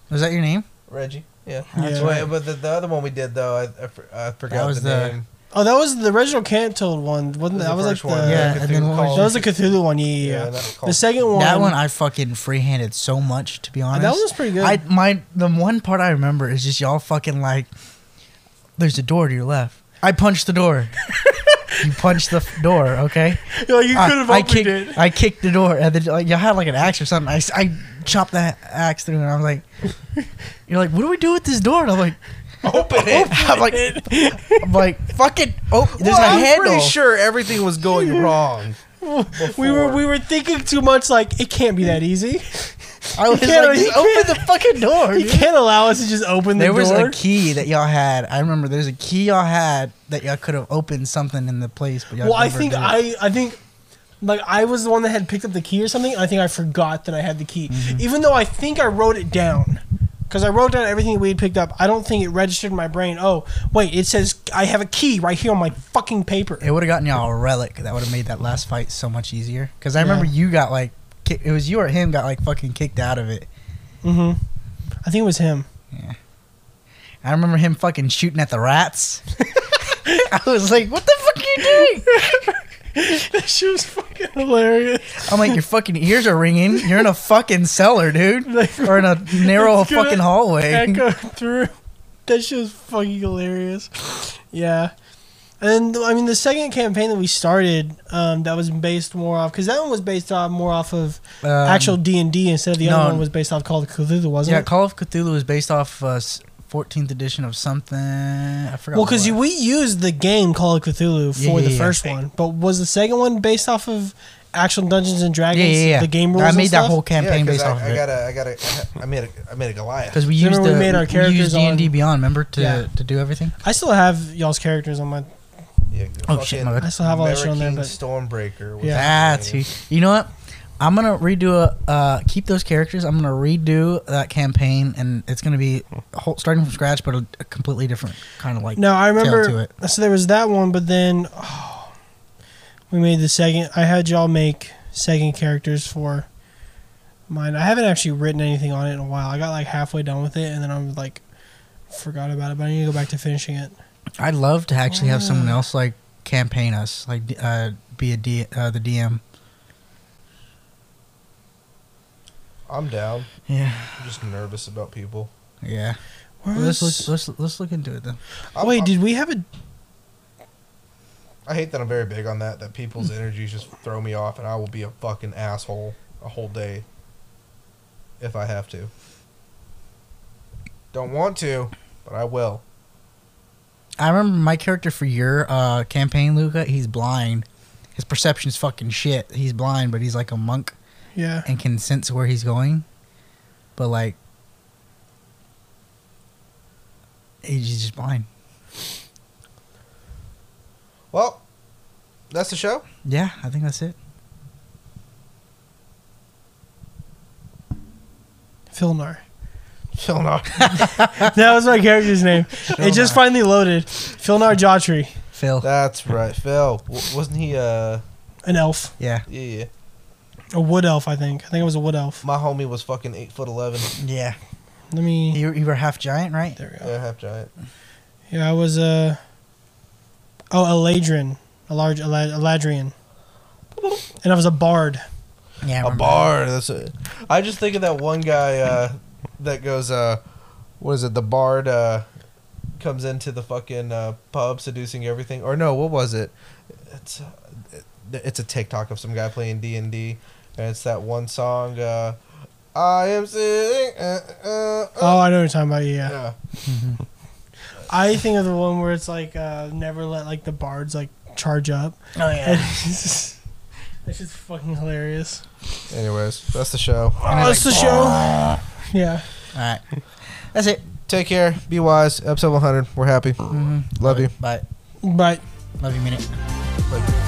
Was that your name? Reggie. Yeah. That's Wait, right. but the, the other one we did though, I, I, for- I forgot was the, the- name. Oh, that was the Reginald Cantold one, wasn't that? the That was like first one, the Yeah, and then Cthulhu what was Call. that was the Cthulhu one. Yeah, yeah. Yeah, yeah. that was the called- second one. That one I fucking freehanded so much, to be honest. that one was pretty good. I my the one part I remember is just y'all fucking like, there's a door to your left. I punched the door. you punched the f- door, okay? Yo, you I- could have I, opened kicked, it. I kicked the door, and then like, y'all had like an axe or something. I, s- I chopped that axe through, and I was like, "You're like, what do we do with this door?" And I'm like, Open it. I'm like, I'm like, fucking. Oh, there's Well, a I'm handle. pretty sure everything was going wrong. We were we were thinking too much. Like it can't be that easy. I was like, can't- you just open the fucking door. You dude." can't allow us to just open the There was door. a key that y'all had. I remember there's a key y'all had that y'all could have opened something in the place, but y'all well, I never think did. I I think like I was the one that had picked up the key or something. I think I forgot that I had the key, even though I think I wrote it down. Because I wrote down everything we had picked up, I don't think it registered in my brain. Oh, wait, it says I have a key right here on my fucking paper. it would have gotten y'all a relic that would have made that last fight so much easier. Because I remember Yeah. you got like, ki- it was you or him got like fucking kicked out of it. Mm-hmm. I think it was him. I remember him fucking shooting at the rats. I was like, what the fuck are you doing? that shit was fucking Hilarious. I'm like, your fucking ears are ringing. You're in a fucking cellar, dude, Like, or in a narrow It's gonna fucking hallway. Echo through. That shit was fucking hilarious. Yeah. And I mean, the second campaign that we started, um, that was based more off because that one was based off more off of Um, actual D and D instead of the no. other one was based off Call of Cthulhu, wasn't yeah, it? Call of Cthulhu is based off uh, s- 14th edition of something. I forgot. Well, what because it was. we used the game Call of Cthulhu Yeah, for yeah, the yeah. first one, but was the second one based off of actual Dungeons and Dragons? yeah, yeah, yeah. The game rules. I and made that stuff? whole campaign yeah, 'cause based I, off of I it. gotta, I gotta, I made a, I made a Goliath. Because we Remember used we the, made our we used characters D and D on- Beyond. Remember to Yeah. to do everything. I still have y'all's characters on my. Yeah, Oh, shit, my bad. I still have all that shit on there, American but Stormbreaker. was Yeah. That's who, you know what. I'm gonna redo a uh, keep those characters. I'm gonna redo that campaign, and it's gonna be whole, starting from scratch, but a, a completely different kind of like. No, I remember. to So there was that one, but then oh, we made the second. I had y'all make second characters for mine. I haven't actually written anything on it in a while. I got like halfway done with it, and then I'm like forgot about it. But I need to go back to finishing it. I'd love to actually have someone Oh. else like campaign us, like d- uh, be a D, uh, the DM. I'm down. Yeah, I'm just nervous about people. yeah. Where Let's was- look, let's let's look into it then. I'm, wait, I'm- did we have a? I hate that I'm very big on that. That people's energies just throw me off, and I will be a fucking asshole a whole day if I have to. Don't want to, but I will. I remember my character for your uh, campaign, Luca. He's blind. His perception's fucking shit. He's blind, but he's like a monk Yeah, and can sense where he's going. But like, he's just blind. Well, that's the show. Yeah, I think that's it. Filnar. Philnar. that was my character's name. It just Filnar. finally loaded. Filnar Jotry, Phil. That's right, Phil. W- wasn't he? Uh, an elf, Yeah. yeah, yeah. a wood elf. I think. I think it was a wood elf. My homie was fucking eight foot eleven. Yeah. Let me. You, you were half giant, right? There we go. Yeah, half giant. Yeah, I was uh oh Eladrin, a large Elad- Eladrian, and I was a bard. Yeah. I a remember. bar. That's a, I just think of that one guy uh, that goes, uh, what is it? The bard uh, comes into the fucking uh, pub, seducing everything. Or no, what was it? It's uh, it- it's a TikTok of some guy playing D and D, and it's that one song. Uh, I am sitting. Uh, uh, uh, Oh, I know what you're talking about. Yeah, yeah. I think of the one where it's like uh, never let like the bards like charge up. Oh And yeah. it's just- That's just fucking hilarious. Anyways, that's the show. Oh, that's the show. Yeah. All right. That's it. Take care. Be wise. Episode 100. We're happy. Mm-hmm. Love you. Bye. But Love you, minute. Love you.